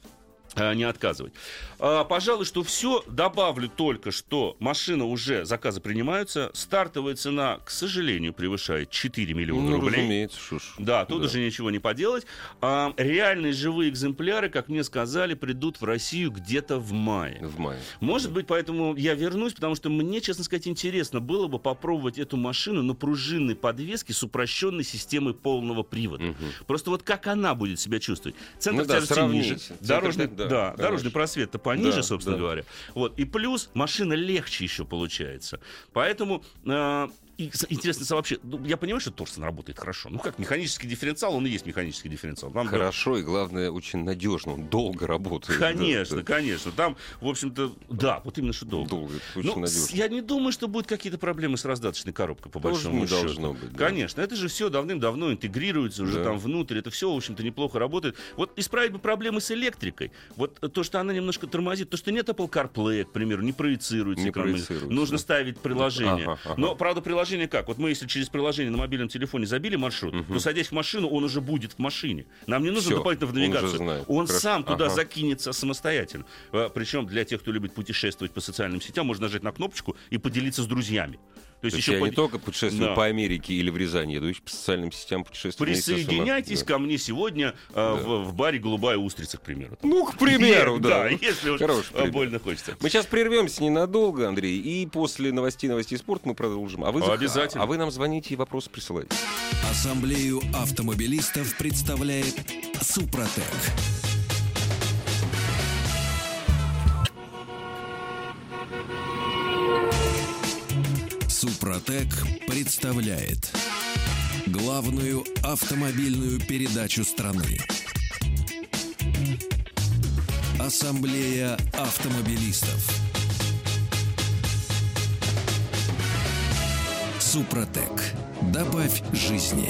Speaker 2: э, не отказывать. А, Пожалуй, что все. Добавлю только, что машина уже, заказы принимаются. Стартовая цена, к сожалению, превышает 4
Speaker 1: засунуть.
Speaker 2: миллиона
Speaker 1: Ну,
Speaker 2: рублей.
Speaker 1: разумеется, что ж.
Speaker 2: Да, тут уже ничего не поделать. А, реальные живые экземпляры, как мне сказали, придут в Россию где-то в мае.
Speaker 1: В мае.
Speaker 2: Может быть, поэтому я вернусь, потому что мне, честно сказать, интересно было бы попробовать эту машину на пружинной подвеске с упрощенной системой полного привода. Просто вот как она будет себя чувствовать. Центр
Speaker 1: Ну да,
Speaker 2: тяжести
Speaker 1: сравнить.
Speaker 2: ниже,
Speaker 1: Центр,
Speaker 2: дорожный,
Speaker 1: да,
Speaker 2: да,
Speaker 1: конечно.
Speaker 2: дорожный просвет-то пониже,
Speaker 1: Да,
Speaker 2: собственно
Speaker 1: да.
Speaker 2: говоря. Вот. И плюс машина легче еще получается. Поэтому э, и с- интересно со- вообще, ну, я понимаю, что Торсон работает хорошо. Ну как, механический дифференциал, он и есть механический дифференциал. Нам до-
Speaker 1: Хорошо и, главное, очень надежно. Он долго работает. да,
Speaker 2: Конечно,
Speaker 1: да.
Speaker 2: конечно. Там, в общем-то, да, вот именно что долго.
Speaker 1: Долго, это очень
Speaker 2: Ну, с-
Speaker 1: надежно.
Speaker 2: я не думаю, что будут какие-то проблемы с раздаточной коробкой, по
Speaker 1: Тоже
Speaker 2: большому
Speaker 1: не
Speaker 2: счету.
Speaker 1: должно быть, да.
Speaker 2: Конечно, это же все давным-давно интегрируется уже
Speaker 1: Да.
Speaker 2: там внутрь, это все, в общем-то, неплохо работает. Вот исправить бы проблемы с электрикой. Вот э, то, что она немножко тормозит, то, что нет Apple CarPlay, к примеру, не проецируется.
Speaker 1: Не
Speaker 2: экран.
Speaker 1: проецируется,
Speaker 2: Нужно
Speaker 1: да.
Speaker 2: ставить приложение.
Speaker 1: Ага, ага.
Speaker 2: Но, правда, приложение как? Вот мы, если через приложение на мобильном телефоне забили маршрут, то, садясь в машину, он уже будет в машине. Нам не нужно
Speaker 1: Всё,
Speaker 2: дополнительно в
Speaker 1: он уже
Speaker 2: навигацию.
Speaker 1: знает.
Speaker 2: Он
Speaker 1: Хорошо.
Speaker 2: сам туда
Speaker 1: Ага.
Speaker 2: закинется самостоятельно. Причем для тех, кто любит путешествовать по социальным сетям, можно нажать на кнопочку и поделиться с друзьями.
Speaker 1: То есть
Speaker 2: ещё
Speaker 1: я
Speaker 2: под-
Speaker 1: не только путешествую
Speaker 2: Да.
Speaker 1: по Америке или в Рязани, я иду еще по социальным сетям путешествую. вместе с ума-
Speaker 2: Присоединяйтесь
Speaker 1: Да.
Speaker 2: ко мне сегодня э, в, в баре «Голубая устрица», к примеру.
Speaker 1: Ну, к примеру, да.
Speaker 2: если уж
Speaker 1: Хороший
Speaker 2: э,
Speaker 1: пример.
Speaker 2: больно хочется.
Speaker 1: Мы сейчас прервемся ненадолго, Андрей, и после новостей, новостей спорта мы продолжим. А вы зах-
Speaker 2: Обязательно.
Speaker 1: А вы нам звоните и вопросы присылайте.
Speaker 3: Ассамблею автомобилистов представляет Супротек. Супротек представляет главную автомобильную передачу страны. Ассамблея автомобилистов. Супротек. Добавь жизни.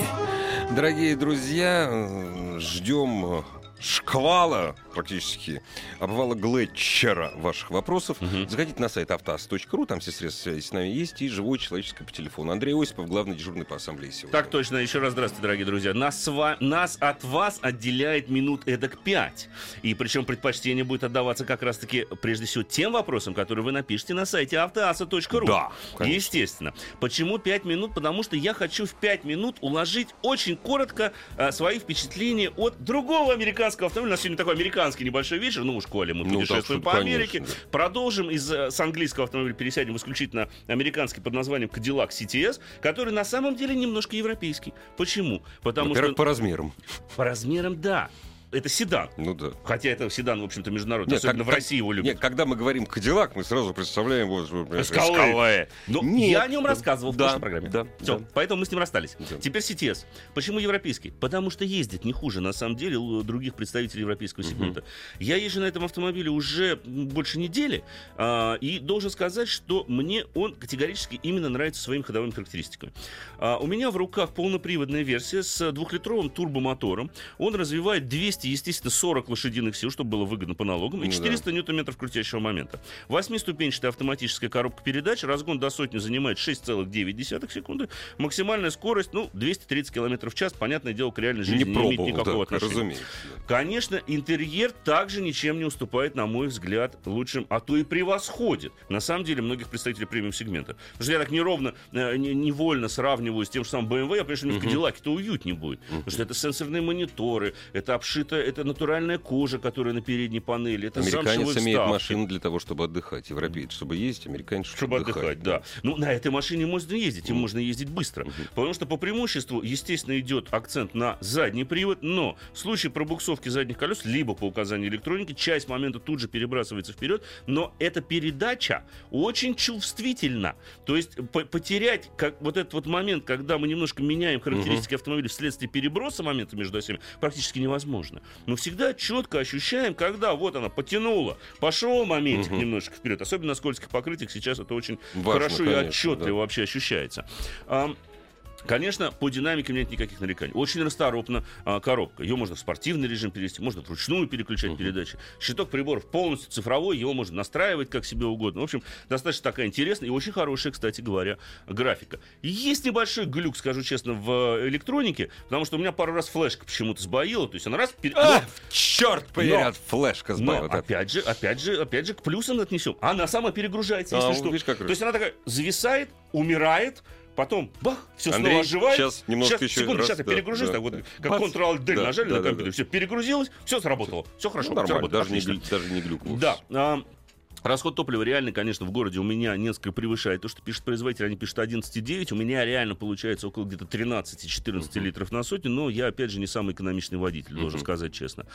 Speaker 1: Дорогие друзья, э, ждем э, шквала практически обвала Глетчера ваших вопросов. Заходите на сайт автоаз.ру, там все средства связи с нами есть, и живое человеческое по телефону. Андрей Осипов, главный дежурный по ассамблее сегодня.
Speaker 2: Так точно, еще раз здравствуйте, дорогие друзья. Нас, с ва- нас от вас отделяет минут эдак 5. И причем предпочтение будет отдаваться как раз-таки прежде всего тем вопросам, которые вы напишите на сайте автоаса.ру.
Speaker 1: Да, конечно.
Speaker 2: Естественно. Почему 5 минут? Потому что я хочу в 5 минут уложить очень коротко э, свои впечатления от другого американского автомобиля. У нас сегодня такой американский небольшой вечер. Ну, в школе мы
Speaker 1: Ну, так
Speaker 2: путешествуем
Speaker 1: что,
Speaker 2: по
Speaker 1: конечно,
Speaker 2: Америке.
Speaker 1: да.
Speaker 2: Продолжим из э, с английского автомобиля пересядем в исключительно американский под названием Cadillac CTS, который на самом деле немножко европейский. Почему? Потому
Speaker 1: Во-первых,
Speaker 2: что
Speaker 1: по размерам.
Speaker 2: по размерам да, это седан.
Speaker 1: Ну да.
Speaker 2: Хотя это седан, в общем-то, международный,
Speaker 1: Нет,
Speaker 2: особенно
Speaker 1: как-
Speaker 2: в России его любят.
Speaker 1: Нет, когда мы говорим Кадиллак, мы сразу представляем вот, вот, например,
Speaker 2: Эскалейд. Но
Speaker 1: э, Нет.
Speaker 2: Ну,
Speaker 1: э,
Speaker 2: я о нем рассказывал в
Speaker 1: Да,
Speaker 2: прошлой программе.
Speaker 1: да,
Speaker 2: Всё,
Speaker 1: да.
Speaker 2: поэтому мы с ним расстались.
Speaker 1: Да.
Speaker 2: Теперь CTS. Почему европейский? Потому что ездит не хуже, на самом деле, у других представителей европейского сегмента. Я езжу на этом автомобиле уже м, больше недели, а, и должен сказать, что мне он категорически именно нравится своими ходовыми характеристиками. А, У меня в руках полноприводная версия с двухлитровым турбомотором. Он развивает 200, естественно, 40 лошадиных сил, чтобы было выгодно по налогам,
Speaker 1: Ну
Speaker 2: и
Speaker 1: да.
Speaker 2: 400 300 ньютон-метров крутящего момента. Восьмиступенчатая автоматическая коробка передач. Разгон до сотни занимает 6,9 секунды. Максимальная скорость, ну, 230 км в час. Понятное дело, к реальной
Speaker 1: Не
Speaker 2: жизни не, имеет
Speaker 1: пробовал,
Speaker 2: никакого
Speaker 1: да,
Speaker 2: отношения.
Speaker 1: разумеется. да.
Speaker 2: Конечно, интерьер также ничем не уступает, на мой взгляд, лучшим, а то и превосходит, на самом деле, многих представителей премиум-сегмента. Потому что я так неровно, э, не- невольно эм сравниваю с тем же самым BMW, я понимаю, что мне в Кадиллаке-то уютнее будет. Потому что это сенсорные мониторы, это обшит это, это натуральная кожа, которая на передней панели. Это
Speaker 1: Американец
Speaker 2: замшевые
Speaker 1: имеет
Speaker 2: вставки.
Speaker 1: машину для того, чтобы отдыхать. Европеец, чтобы ездить, американец, чтобы,
Speaker 2: Чтобы отдыхать, да. Ну, на этой машине можно ездить, им
Speaker 1: Мгм.
Speaker 2: можно ездить быстро.
Speaker 1: Мгм.
Speaker 2: Потому что по преимуществу, естественно, идет акцент на задний привод, но в случае пробуксовки задних колес, либо по указанию электроники, часть момента тут же перебрасывается вперед, но эта передача очень чувствительна. То есть по- потерять как, вот этот вот момент, когда мы немножко меняем характеристики автомобиля вследствие переброса момента между осями, практически невозможно. Но всегда четко ощущаем, когда вот она потянула, пошел моментик
Speaker 1: Мгм.
Speaker 2: немножко вперед. Особенно на скользких покрытиях сейчас это очень
Speaker 1: Важно,
Speaker 2: хорошо и
Speaker 1: конечно,
Speaker 2: отчетливо
Speaker 1: да.
Speaker 2: вообще ощущается. Ам, Конечно, по динамике у меня нет никаких нареканий. Очень расторопна а, коробка. Ее можно в спортивный режим перевести, можно вручную переключать
Speaker 1: Мгм.
Speaker 2: передачи. Щиток приборов полностью цифровой, его можно настраивать как себе угодно. В общем, достаточно такая интересная и очень хорошая, кстати говоря, графика. Есть небольшой глюк, скажу честно, в э, электронике, потому что у меня пару раз флешка почему-то сбоила. То есть она раз... пере-
Speaker 1: А,
Speaker 2: Но-
Speaker 1: черт побери,
Speaker 2: Но-
Speaker 1: от флешка
Speaker 2: но
Speaker 1: сбавил.
Speaker 2: опять же, опять же, опять же, к плюсам отнесем. Она сама перегружается,
Speaker 1: А,
Speaker 2: если
Speaker 1: вот
Speaker 2: что.
Speaker 1: видишь, как
Speaker 2: То есть она такая зависает, умирает, потом бах, все
Speaker 1: Андрей,
Speaker 2: снова оживает.
Speaker 1: щас немножко
Speaker 2: Щас,
Speaker 1: еще
Speaker 2: секунду,
Speaker 1: раз,
Speaker 2: сейчас я
Speaker 1: да,
Speaker 2: перегружусь,
Speaker 1: да,
Speaker 2: так вот,
Speaker 1: да.
Speaker 2: как
Speaker 1: Бац.
Speaker 2: Ctrl-Alt D
Speaker 1: Да,
Speaker 2: нажали
Speaker 1: да,
Speaker 2: на
Speaker 1: да,
Speaker 2: компьютер,
Speaker 1: да.
Speaker 2: все перегрузилось, все сработало, все хорошо,
Speaker 1: Ну,
Speaker 2: всё
Speaker 1: нормально,
Speaker 2: работает,
Speaker 1: даже не,
Speaker 2: отлично.
Speaker 1: глю- даже не глюк. вовсе.
Speaker 2: Да. а, Расход топлива реально, конечно, в городе у меня несколько превышает то, что пишет производитель. Они пишут 11,9. У меня реально получается около где-то 13-14
Speaker 1: Мгм.
Speaker 2: литров на сотню. Но я, опять же, не самый экономичный водитель,
Speaker 1: Мгм.
Speaker 2: должен сказать честно.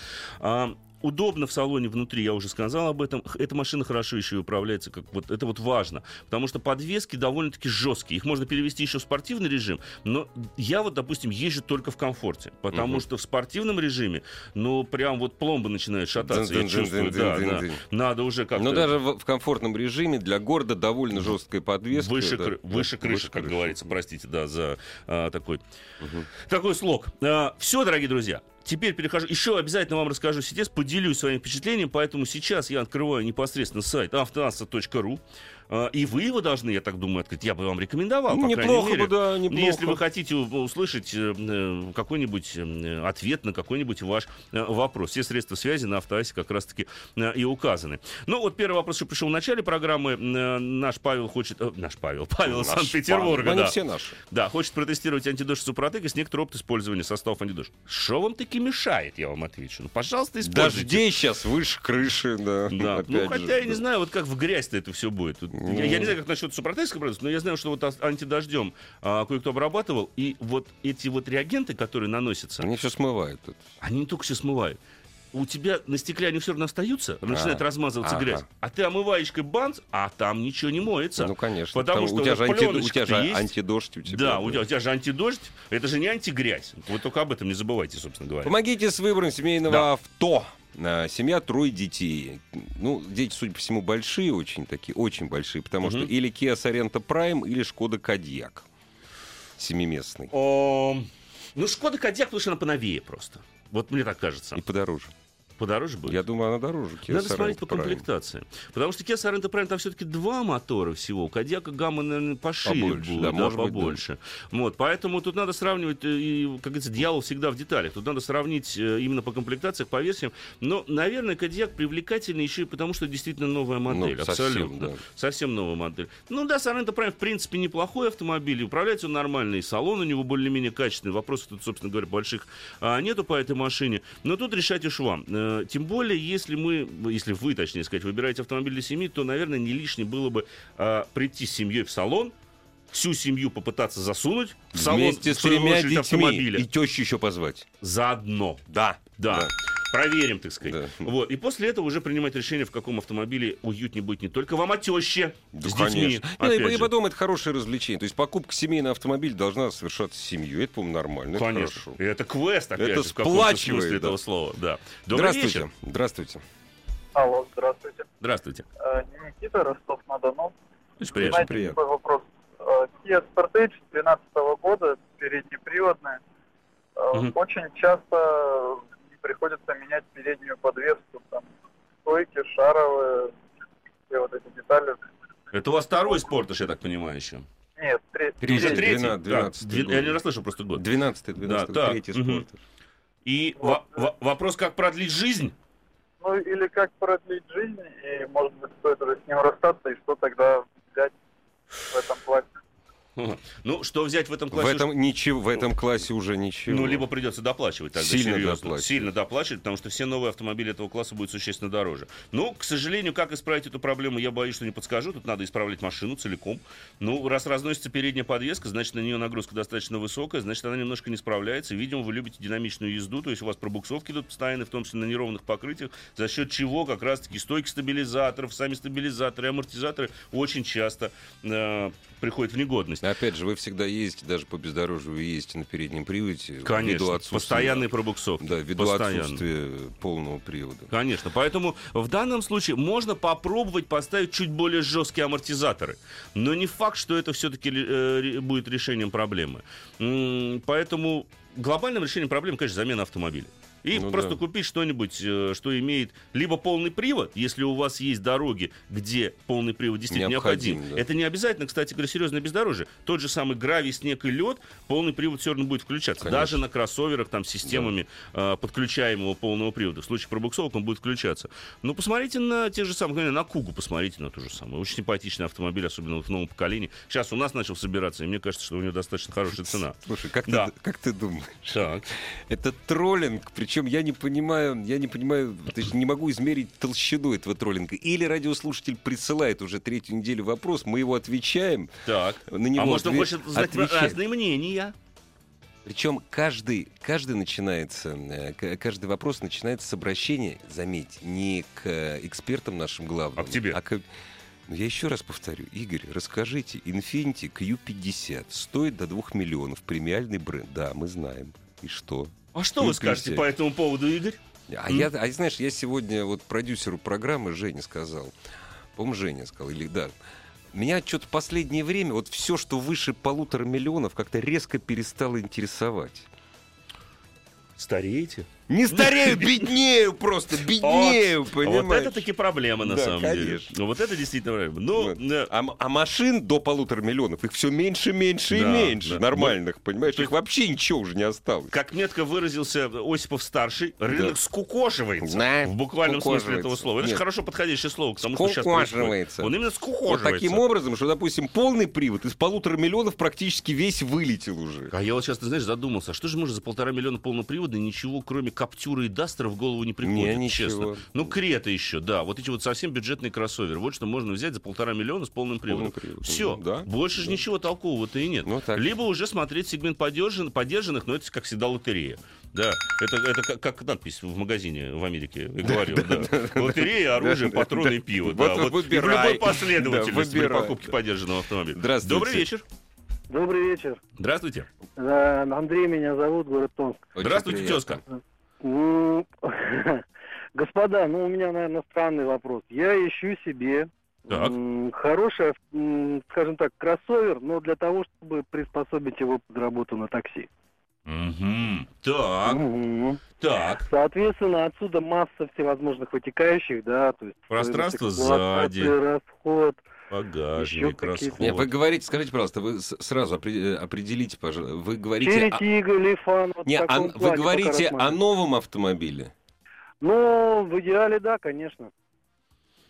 Speaker 2: А, Удобно в салоне внутри, я уже сказал об этом. Х- Эта машина хорошо еще и управляется. Как вот, это вот важно. Потому что подвески довольно-таки жесткие. Их можно перевести еще в спортивный режим. Но я вот, допустим, езжу только в комфорте. Потому
Speaker 1: Мгм.
Speaker 2: что в спортивном режиме, ну, прям вот пломба начинает шататься. Я
Speaker 1: Дзынь, дзынь,
Speaker 2: чувствую,
Speaker 1: дзынь,
Speaker 2: да,
Speaker 1: дзынь,
Speaker 2: да.
Speaker 1: дзынь.
Speaker 2: Надо уже как-то...
Speaker 1: Но даже в в комфортном режиме для города довольно жесткая подвеска.
Speaker 2: Выше,
Speaker 1: да.
Speaker 2: кры- выше
Speaker 1: Да,
Speaker 2: крыши,
Speaker 1: выше
Speaker 2: как
Speaker 1: крыши.
Speaker 2: говорится, простите, да, за а, такой,
Speaker 1: Мгм.
Speaker 2: такой слог. все, дорогие друзья, теперь перехожу, еще обязательно вам расскажу сейчас, поделюсь своим впечатлением, поэтому сейчас я открываю непосредственно сайт автоаса.ру, а, и вы его должны, я так думаю, открыть, я бы вам рекомендовал, по
Speaker 1: Ну,
Speaker 2: крайней
Speaker 1: неплохо
Speaker 2: мере.
Speaker 1: бы, да, неплохо.
Speaker 2: Ну, Если вы хотите у- услышать э, э, какой-нибудь э, ответ на какой-нибудь ваш э, вопрос, все средства связи на автоасе как раз-таки э, и указаны. Ну вот первый вопрос, что пришел в начале программы, э, наш Павел хочет, э, наш Павел, Павел из
Speaker 1: Наш
Speaker 2: Санкт-Петербурга,
Speaker 1: парень. Они
Speaker 2: да.
Speaker 1: все наши.
Speaker 2: Да, хочет протестировать антидош Супротек и с некоторый опыт использования составов антидош. Что вам таки мешает, я вам отвечу. Ну, пожалуйста, используйте.
Speaker 1: Дождей сейчас выше крыши, да.
Speaker 2: Да.
Speaker 1: Опять
Speaker 2: Ну,
Speaker 1: же,
Speaker 2: хотя я не
Speaker 1: да.
Speaker 2: знаю, вот как в грязь-то это все будет. Тут
Speaker 1: Ну.
Speaker 2: Я, я не знаю, как насчет супротекского продукта, но я знаю, что вот ас- антидождем а, кое-кто обрабатывал, и вот эти вот реагенты, которые наносятся,
Speaker 1: Они все смывают тут.
Speaker 2: они не только все смывают. У тебя на стекле они все равно остаются, начинает размазываться
Speaker 1: А. ага.
Speaker 2: грязь. А ты омываечкой банц, а там ничего не моется.
Speaker 1: Ну, конечно.
Speaker 2: Потому что
Speaker 1: у тебя
Speaker 2: вот
Speaker 1: же антидо- у
Speaker 2: пленочка-то
Speaker 1: тебя же
Speaker 2: есть.
Speaker 1: антидождь у тебя.
Speaker 2: да, у тебя, у тебя же антидождь, это же не антигрязь. Вот только об этом не забывайте, собственно говоря.
Speaker 1: Помогите с выбором семейного
Speaker 2: Да.
Speaker 1: авто. А, Семья трое детей. Ну, дети, судя по всему, большие очень такие, очень большие, потому
Speaker 2: Мгм.
Speaker 1: что или Kia Sorento Prime, или Шкода Кадьяк. Семиместный.
Speaker 2: Ом, Ну, Шкода Кодиак, потому что она поновее просто. Вот мне так кажется.
Speaker 1: И подороже.
Speaker 2: Подороже будет.
Speaker 1: Я думаю, она дороже. Kia
Speaker 2: Надо смотреть
Speaker 1: Sorento
Speaker 2: по
Speaker 1: Prime.
Speaker 2: комплектации. Потому что Kia Sorento Prime там все-таки два мотора всего. У Кадьяка гамма, наверное, пошире
Speaker 1: Побольше,
Speaker 2: будет,
Speaker 1: да,
Speaker 2: да,
Speaker 1: может быть, да.
Speaker 2: побольше. Вот, поэтому тут надо сравнивать, э, и, как говорится, дьявол всегда в деталях. Тут надо сравнить э, именно по комплектациях, по версиям. Но, наверное, Кадьяк привлекательный еще и потому, что действительно новая модель.
Speaker 1: Ну, совсем,
Speaker 2: абсолютно.
Speaker 1: да.
Speaker 2: Совсем новая модель. Ну да, Sorento Prime, в принципе, неплохой автомобиль. и Управляется он нормально, и салон у него более-менее качественный. Вопросов тут, собственно говоря, больших а, нету по этой машине. Но тут решать уж вам. Э, Тем более, если мы, если вы, точнее сказать, выбираете автомобиль для семьи, то, наверное, не лишне было бы а, прийти с семьей в салон, всю семью попытаться засунуть в салон
Speaker 1: Вместе
Speaker 2: в
Speaker 1: с
Speaker 2: свою
Speaker 1: тремя
Speaker 2: очередь,
Speaker 1: детьми.
Speaker 2: автомобиля.
Speaker 1: И тещу еще позвать.
Speaker 2: Заодно.
Speaker 1: Да.
Speaker 2: Да.
Speaker 1: Да.
Speaker 2: Проверим, так сказать.
Speaker 1: Да. Хм.
Speaker 2: Вот. И после этого уже принимать решение, в каком автомобиле уютнее будет не только вам, а теще
Speaker 1: Да,
Speaker 2: с детьми.
Speaker 1: конечно.
Speaker 2: опять
Speaker 1: Не, Ну, и,
Speaker 2: же.
Speaker 1: и потом это хорошее развлечение. То есть покупка семейного автомобиля должна совершаться семью. Это, по-моему, нормально. это
Speaker 2: Конечно.
Speaker 1: хорошо.
Speaker 2: И Это квест, опять
Speaker 1: Это
Speaker 2: же, в каком-то
Speaker 1: сплачивает,
Speaker 2: смысле
Speaker 1: да.
Speaker 2: этого слова. Да. Добрый
Speaker 1: Здравствуйте.
Speaker 2: вечер.
Speaker 1: Здравствуйте.
Speaker 4: Алло, здравствуйте.
Speaker 2: Здравствуйте.
Speaker 4: Э, Никита, Ростов-на-Дону.
Speaker 2: Очень
Speaker 1: Очень
Speaker 2: приятно.
Speaker 4: Знаете,
Speaker 1: приятно.
Speaker 4: такой вопрос. Э, Kia Sportage 2013 года, переднеприводная. Э,
Speaker 2: Мгм.
Speaker 4: Очень часто мне приходится менять переднюю подвеску, там, стойки, шаровые, все вот эти детали.
Speaker 2: Это у вас второй спортаж, я так понимаю, еще.
Speaker 4: Нет, тре-
Speaker 1: Третий.
Speaker 4: третий.
Speaker 1: Третий.
Speaker 2: Да,
Speaker 1: 12-й
Speaker 2: две-
Speaker 1: год.
Speaker 2: Я не расслышал просто год.
Speaker 1: 12 12
Speaker 2: Да,
Speaker 1: третий
Speaker 2: так, мгм.
Speaker 1: спорт.
Speaker 2: И
Speaker 4: Вот,
Speaker 2: во- во- вопрос, как продлить жизнь?
Speaker 4: Ну, или как продлить жизнь, и, может быть, стоит уже с ним расстаться, и что тогда взять в этом плане.
Speaker 2: Ну, что взять в этом
Speaker 1: В
Speaker 2: классе? уж-
Speaker 1: этом, ничего, в этом классе уже ничего.
Speaker 2: Ну, либо придется доплачивать тогда
Speaker 1: Сильно
Speaker 2: серьезно.
Speaker 1: доплачивать.
Speaker 2: Сильно доплачивать, потому что все новые автомобили этого класса будут существенно дороже. Ну, к сожалению, как исправить эту проблему, я боюсь, что не подскажу. Тут надо исправлять машину целиком. Ну, раз разносится передняя подвеска, значит, на нее нагрузка достаточно высокая, значит, она немножко не справляется. Видимо, вы любите динамичную езду, то есть у вас пробуксовки тут постоянно, в том числе на неровных покрытиях, за счет чего как раз-таки стойки стабилизаторов, сами стабилизаторы, амортизаторы очень часто э, приходят в негодность.
Speaker 1: Опять же, вы всегда ездите, даже по бездорожью вы ездите на переднем приводе. ввиду
Speaker 2: Конечно,
Speaker 1: отсутствия-
Speaker 2: постоянные пробуксовки.
Speaker 1: Да, ввиду
Speaker 2: Постоянно.
Speaker 1: отсутствия полного привода.
Speaker 2: Конечно, поэтому в данном случае можно попробовать поставить чуть более жесткие амортизаторы, но не факт, что это все-таки будет решением проблемы. М, Поэтому глобальным решением проблемы, конечно, замена автомобиля. И
Speaker 1: Ну
Speaker 2: просто
Speaker 1: да.
Speaker 2: купить что-нибудь, э, что имеет либо полный привод, если у вас есть дороги, где полный привод действительно необходим.
Speaker 1: Необходим, да.
Speaker 2: Это не обязательно, кстати говоря, серьезное бездорожье. Тот же самый гравий, снег и лед, полный привод все равно будет включаться.
Speaker 1: Конечно.
Speaker 2: Даже на кроссоверах там с системами э, подключаемого полного привода. В случае пробуксовок он будет включаться. Но посмотрите на те же самые, на Кугу посмотрите на ту же самую. Очень симпатичный автомобиль, особенно вот в новом поколении. Сейчас у нас начал собираться, и мне кажется, что у него достаточно хорошая цена.
Speaker 1: Слушай, как,
Speaker 2: Да.
Speaker 1: ты, как ты думаешь?
Speaker 2: Так.
Speaker 1: Это троллинг, причем я не понимаю, я не понимаю, точнее, не могу измерить толщину этого троллинга. Или радиослушатель присылает уже третью неделю вопрос, мы его отвечаем,
Speaker 2: так.
Speaker 1: на него
Speaker 2: а может, он
Speaker 1: отве-
Speaker 2: хочет знать
Speaker 1: отвечаем.
Speaker 2: разные мнения?
Speaker 1: Причем каждый, каждый начинается, э, к- каждый вопрос начинается с обращения, заметь, не к э, экспертам нашим главным.
Speaker 2: А к тебе?
Speaker 1: к- Ну, я еще раз повторю. Игорь, расскажите, Infiniti Q50 стоит до 2 миллионов, премиальный бренд. Да, мы знаем. И что?
Speaker 2: А что
Speaker 1: Ну,
Speaker 2: вы скажете
Speaker 1: Кристи.
Speaker 2: по этому поводу, Игорь?
Speaker 1: А
Speaker 2: М.
Speaker 1: я, а знаешь, я сегодня вот продюсеру программы Жене сказал, по-моему, Женя сказал, или да, меня что-то последнее время, вот все, что выше полутора миллионов, как-то резко перестало интересовать.
Speaker 2: Стареете?
Speaker 1: Не старею, беднею просто, беднею,
Speaker 2: Вот
Speaker 1: понимаешь?
Speaker 2: это таки проблема, на
Speaker 1: Да,
Speaker 2: самом
Speaker 1: конечно.
Speaker 2: деле. Вот это действительно проблема. Ну,
Speaker 1: Вот.
Speaker 2: э,
Speaker 1: А, м- а машин до полутора миллионов, их все меньше, меньше и
Speaker 2: Да,
Speaker 1: меньше
Speaker 2: да.
Speaker 1: нормальных, понимаешь?
Speaker 2: То
Speaker 1: Их
Speaker 2: есть-
Speaker 1: вообще ничего уже не осталось.
Speaker 2: как метко выразился Осипов-старший, рынок
Speaker 1: Да.
Speaker 2: скукоживается.
Speaker 1: Да,
Speaker 2: В буквальном смысле этого
Speaker 1: скукоживается.
Speaker 2: слова. Это же
Speaker 1: Нет.
Speaker 2: хорошо подходящее слово к тому, что сейчас
Speaker 1: Скукоживается.
Speaker 2: Он именно
Speaker 1: Вот
Speaker 2: скукоживается.
Speaker 1: таким образом, что, допустим, полный привод из полутора миллионов практически весь вылетел уже.
Speaker 2: А я вот сейчас, ты знаешь, задумался, а что же может за полтора миллиона полнопривода ничего, кроме Каптюра и Дастера, в голову не приходит,
Speaker 1: Не, ничего.
Speaker 2: честно. Ну, Крета еще, да, вот эти вот совсем бюджетные кроссоверы. Вот что можно взять за полтора миллиона с полным приводом.
Speaker 1: приводом,
Speaker 2: Все,
Speaker 1: ну да.
Speaker 2: больше же
Speaker 1: Да.
Speaker 2: ничего толкового-то и нет.
Speaker 1: Ну, так.
Speaker 2: Либо уже смотреть сегмент подержан- подержанных, но это, как всегда, лотерея. Да, это, это как, как надпись в магазине в Америке и говорил. да. Лотерея, оружие,
Speaker 1: да,
Speaker 2: патроны
Speaker 1: да.
Speaker 2: и пиво.
Speaker 1: Вот
Speaker 2: да, вот. И в
Speaker 1: выбирай.
Speaker 2: любой последовательности
Speaker 1: Да,
Speaker 2: при
Speaker 1: выбирай.
Speaker 2: покупке подержанного автомобиля.
Speaker 1: Здравствуйте.
Speaker 2: Добрый вечер.
Speaker 4: Добрый вечер.
Speaker 2: Здравствуйте.
Speaker 4: Э, Андрей меня зовут, город Томск.
Speaker 1: Очень
Speaker 2: Здравствуйте,
Speaker 1: приятно.
Speaker 2: тезка.
Speaker 4: Ну, господа, ну у меня, наверное, странный вопрос. Я ищу себе
Speaker 2: Так.
Speaker 4: м, хороший, м, скажем так, кроссовер, но для того, чтобы приспособить его под работу на такси.
Speaker 2: Мгм.
Speaker 4: Ну,
Speaker 2: Так,
Speaker 4: Мгм.
Speaker 2: так.
Speaker 4: Соответственно, отсюда масса всевозможных вытекающих, да, то есть
Speaker 2: Пространство
Speaker 4: эксплуатация,
Speaker 2: сзади.
Speaker 4: расход. Ещё
Speaker 2: Багажник,
Speaker 4: какие-то.
Speaker 1: Не, вы
Speaker 2: расход.
Speaker 1: говорите, скажите, пожалуйста, вы с- сразу опре- э, определите, пожалуйста, вы говорите... о-
Speaker 4: Черетига, Лифан, вот
Speaker 1: а Не,
Speaker 4: в
Speaker 1: а
Speaker 4: таком
Speaker 1: вы
Speaker 4: плане пока
Speaker 1: говорите о
Speaker 4: рассматриваю.
Speaker 1: новом автомобиле?
Speaker 4: Ну, в идеале, да, конечно.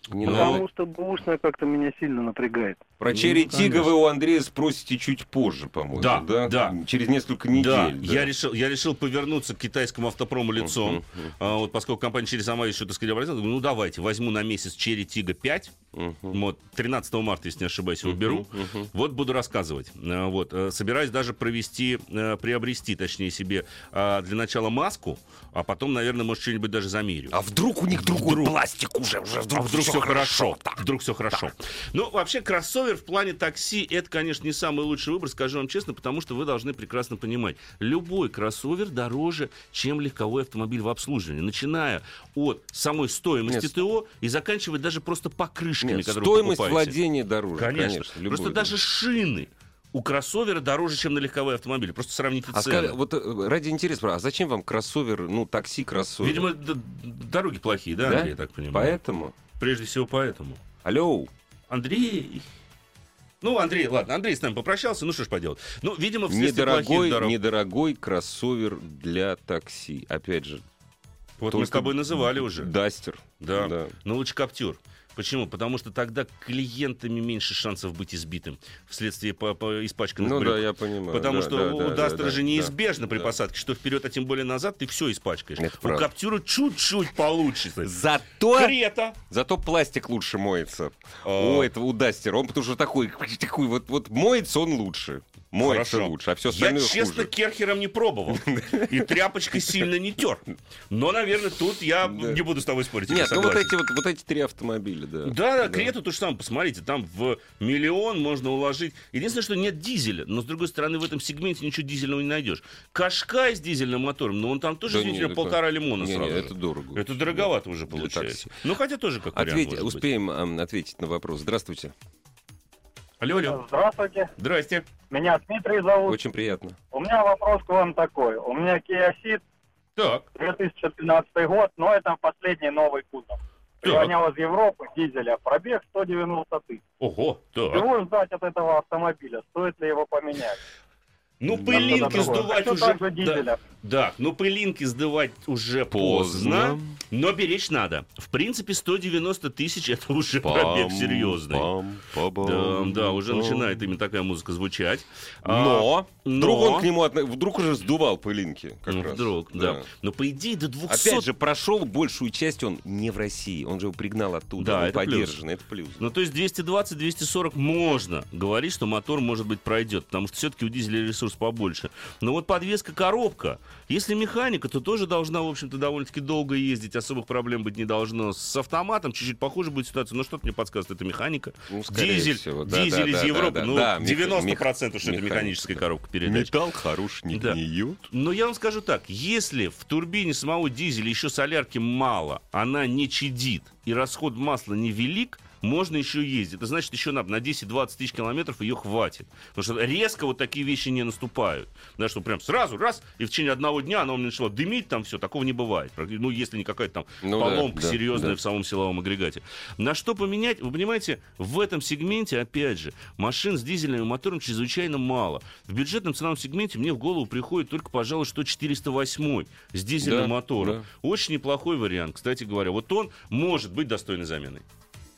Speaker 1: Не
Speaker 2: Ну,
Speaker 1: новом.
Speaker 4: Потому что бэушная как-то меня сильно напрягает.
Speaker 1: Про
Speaker 2: Ну,
Speaker 1: Черри
Speaker 2: конечно.
Speaker 1: Тига вы у Андрея спросите чуть позже, по-моему.
Speaker 2: Да, да.
Speaker 1: Через несколько недель.
Speaker 2: Да, я решил, я решил повернуться к китайскому автопрому лицом.
Speaker 1: Мгм, мгм,
Speaker 2: А вот поскольку компания Черри сама еще, так сказать, обратилась, думаю, ну давайте, возьму на месяц Черри Тига 5,
Speaker 1: мгм.
Speaker 2: вот, 13 марта, если не ошибаюсь, его беру.
Speaker 1: Мгм.
Speaker 2: Вот буду рассказывать. Э, Вот. э, Собираюсь даже провести, э, приобрести, точнее себе, э, для начала маску, а потом, наверное, может, что-нибудь даже замерю.
Speaker 1: А вдруг у них другой пластик уже, уже
Speaker 2: А
Speaker 1: вдруг,
Speaker 2: вдруг
Speaker 1: всё
Speaker 2: все хорошо. Вдруг все хорошо. Ну, вообще, кроссовер в плане такси это, конечно, не самый лучший выбор, скажу вам честно, потому что вы должны прекрасно понимать. Любой кроссовер дороже, чем легковой автомобиль в обслуживании. Начиная от самой стоимости
Speaker 1: Нет.
Speaker 2: ТО и заканчивая даже просто покрышками,
Speaker 1: Нет,
Speaker 2: которые
Speaker 1: стоимость
Speaker 2: вы покупаете.
Speaker 1: владения дороже.
Speaker 2: Конечно.
Speaker 1: Конечно. любой,
Speaker 2: Просто
Speaker 1: да.
Speaker 2: даже шины у кроссовера дороже, чем на легковые автомобили. Просто сравните
Speaker 1: А
Speaker 2: цены.
Speaker 1: скажи, вот э, ради интереса, а зачем вам кроссовер, ну, такси кроссовер?
Speaker 2: Видимо, д- дороги плохие, да,
Speaker 1: Да?
Speaker 2: Андрей, я так понимаю?
Speaker 1: Поэтому?
Speaker 2: Прежде всего поэтому.
Speaker 1: Алло.
Speaker 2: Андрей. Ну, Андрей, ладно, Андрей с нами попрощался, ну что ж поделать. Ну, видимо, вследствие
Speaker 1: Недорогой,
Speaker 2: плохих дорог.
Speaker 1: недорогой кроссовер для такси. Опять же.
Speaker 2: Вот
Speaker 1: то,
Speaker 2: мы с
Speaker 1: что
Speaker 2: тобой называли уже.
Speaker 1: Дастер.
Speaker 2: Да. Ну, лучше Каптюр. Почему? Потому что тогда клиентами меньше шансов быть избитым вследствие по- по- испачканных
Speaker 1: Ну
Speaker 2: брюк.
Speaker 1: да, я понимаю.
Speaker 2: Потому
Speaker 1: Да,
Speaker 2: что
Speaker 1: да,
Speaker 2: у
Speaker 1: да, да,
Speaker 2: Дастера
Speaker 1: да,
Speaker 2: же
Speaker 1: да,
Speaker 2: неизбежно при
Speaker 1: да.
Speaker 2: посадке, что вперед, а тем более назад, ты все испачкаешь.
Speaker 1: Это
Speaker 2: у
Speaker 1: правда.
Speaker 2: Каптюра чуть-чуть получше.
Speaker 1: Зато,
Speaker 2: Крета!
Speaker 1: зато пластик лучше моется.
Speaker 2: А.
Speaker 1: У этого у Дастера. Он потому что такой, такой вот, вот моется он лучше. Моется
Speaker 2: Хорошо.
Speaker 1: лучше, а все
Speaker 2: Я,
Speaker 1: остальное
Speaker 2: честно,
Speaker 1: хуже.
Speaker 2: керхером не пробовал. И тряпочкой сильно не тер. Но, наверное, тут я
Speaker 1: Да.
Speaker 2: не буду с тобой спорить. я
Speaker 1: Нет, ну вот
Speaker 2: согласен.
Speaker 1: эти вот, вот эти три автомобиля, да.
Speaker 2: Да, да, Крету то же самое. Посмотрите, там в миллион можно уложить. Единственное, что нет дизеля. Но, с другой стороны, в этом сегменте ничего дизельного не найдешь. Кашкай с дизельным мотором, но он там тоже,
Speaker 1: Да
Speaker 2: извините,
Speaker 1: нет, это-
Speaker 2: полтора лимона
Speaker 1: Не, не,
Speaker 2: сразу. же.
Speaker 1: это дорого.
Speaker 2: Это дороговато уже
Speaker 1: Для
Speaker 2: получается.
Speaker 1: такси.
Speaker 2: Ну, хотя тоже как вариант
Speaker 1: Ответь,
Speaker 2: может быть.
Speaker 1: успеем эм, ответить на вопрос. Здравствуйте.
Speaker 2: Алло, алло.
Speaker 4: Здравствуйте,
Speaker 2: Здрасте.
Speaker 4: меня Дмитрий зовут.
Speaker 1: Очень приятно.
Speaker 4: У меня вопрос к вам такой. У меня Kia Ceed
Speaker 2: Так,
Speaker 4: 2013 год, но это последний новый кузов.
Speaker 2: Так.
Speaker 4: Пригонял из Европы дизеля. Пробег 190 тысяч.
Speaker 2: ого, так.
Speaker 4: Чего ждать от этого автомобиля? Стоит ли его поменять?
Speaker 2: Ну,
Speaker 1: Надо
Speaker 2: пылинки
Speaker 4: Что-то другое.
Speaker 2: сдувать
Speaker 4: Хочу
Speaker 2: уже...
Speaker 4: также
Speaker 2: Да.
Speaker 4: дизеля.
Speaker 2: Да, но ну пылинки сдувать уже
Speaker 1: Поздно.
Speaker 2: поздно, но беречь надо. В принципе, 190 тысяч это уже пробег серьезный. Да, да, уже начинает именно такая музыка звучать. А,
Speaker 1: Но,
Speaker 2: но-
Speaker 1: вдруг он к нему отно- вдруг уже сдувал пылинки, как
Speaker 2: ну,
Speaker 1: раз.
Speaker 2: вдруг, да. Но по идее до 200...
Speaker 1: Опять же, прошел большую часть он не в России. Он же его пригнал оттуда.
Speaker 2: Да,
Speaker 1: он
Speaker 2: это плюс.
Speaker 1: поддержан, это плюс.
Speaker 2: Ну, то есть 220-240 можно говорить, что мотор, может быть, пройдет, потому что все-таки у дизеля ресурс побольше. Но вот подвеска, коробка. Если механика, то тоже должна, в общем-то, довольно-таки долго ездить. Особых проблем быть не должно. С автоматом чуть-чуть похуже будет ситуация, но что-то мне подсказывает, это механика.
Speaker 1: Ну, скорее
Speaker 2: Дизель,
Speaker 1: всего, да,
Speaker 2: дизель
Speaker 1: да,
Speaker 2: из
Speaker 1: да,
Speaker 2: Европы,
Speaker 1: да, да.
Speaker 2: ну,
Speaker 1: Да, мех-
Speaker 2: 90%
Speaker 1: мех-
Speaker 2: что это
Speaker 1: механика,
Speaker 2: механическая
Speaker 1: да.
Speaker 2: коробка передач.
Speaker 1: хорош не
Speaker 2: Да.
Speaker 1: гниет.
Speaker 2: Но Ну, я вам скажу так, если в турбине самого дизеля еще солярки мало, она не чадит и расход масла невелик, можно еще ездить. Это значит, еще на, на 10-20 тысяч километров ее хватит. Потому что резко вот такие вещи не наступают. Да, что прям сразу, раз, и в течение одного дня она у меня начала дымить, там все, такого не бывает. Практи- Ну, если не какая-то там
Speaker 1: Ну да,
Speaker 2: поломка
Speaker 1: да,
Speaker 2: серьезная
Speaker 1: да.
Speaker 2: в самом силовом агрегате. На что поменять? Вы понимаете, в этом сегменте, опять же, машин с дизельным мотором чрезвычайно мало. В бюджетном ценовом сегменте мне в голову приходит только, пожалуй, что 408 с дизельным
Speaker 1: Да,
Speaker 2: мотором.
Speaker 1: да.
Speaker 2: Очень неплохой вариант, кстати говоря. Вот он может быть достойной заменой.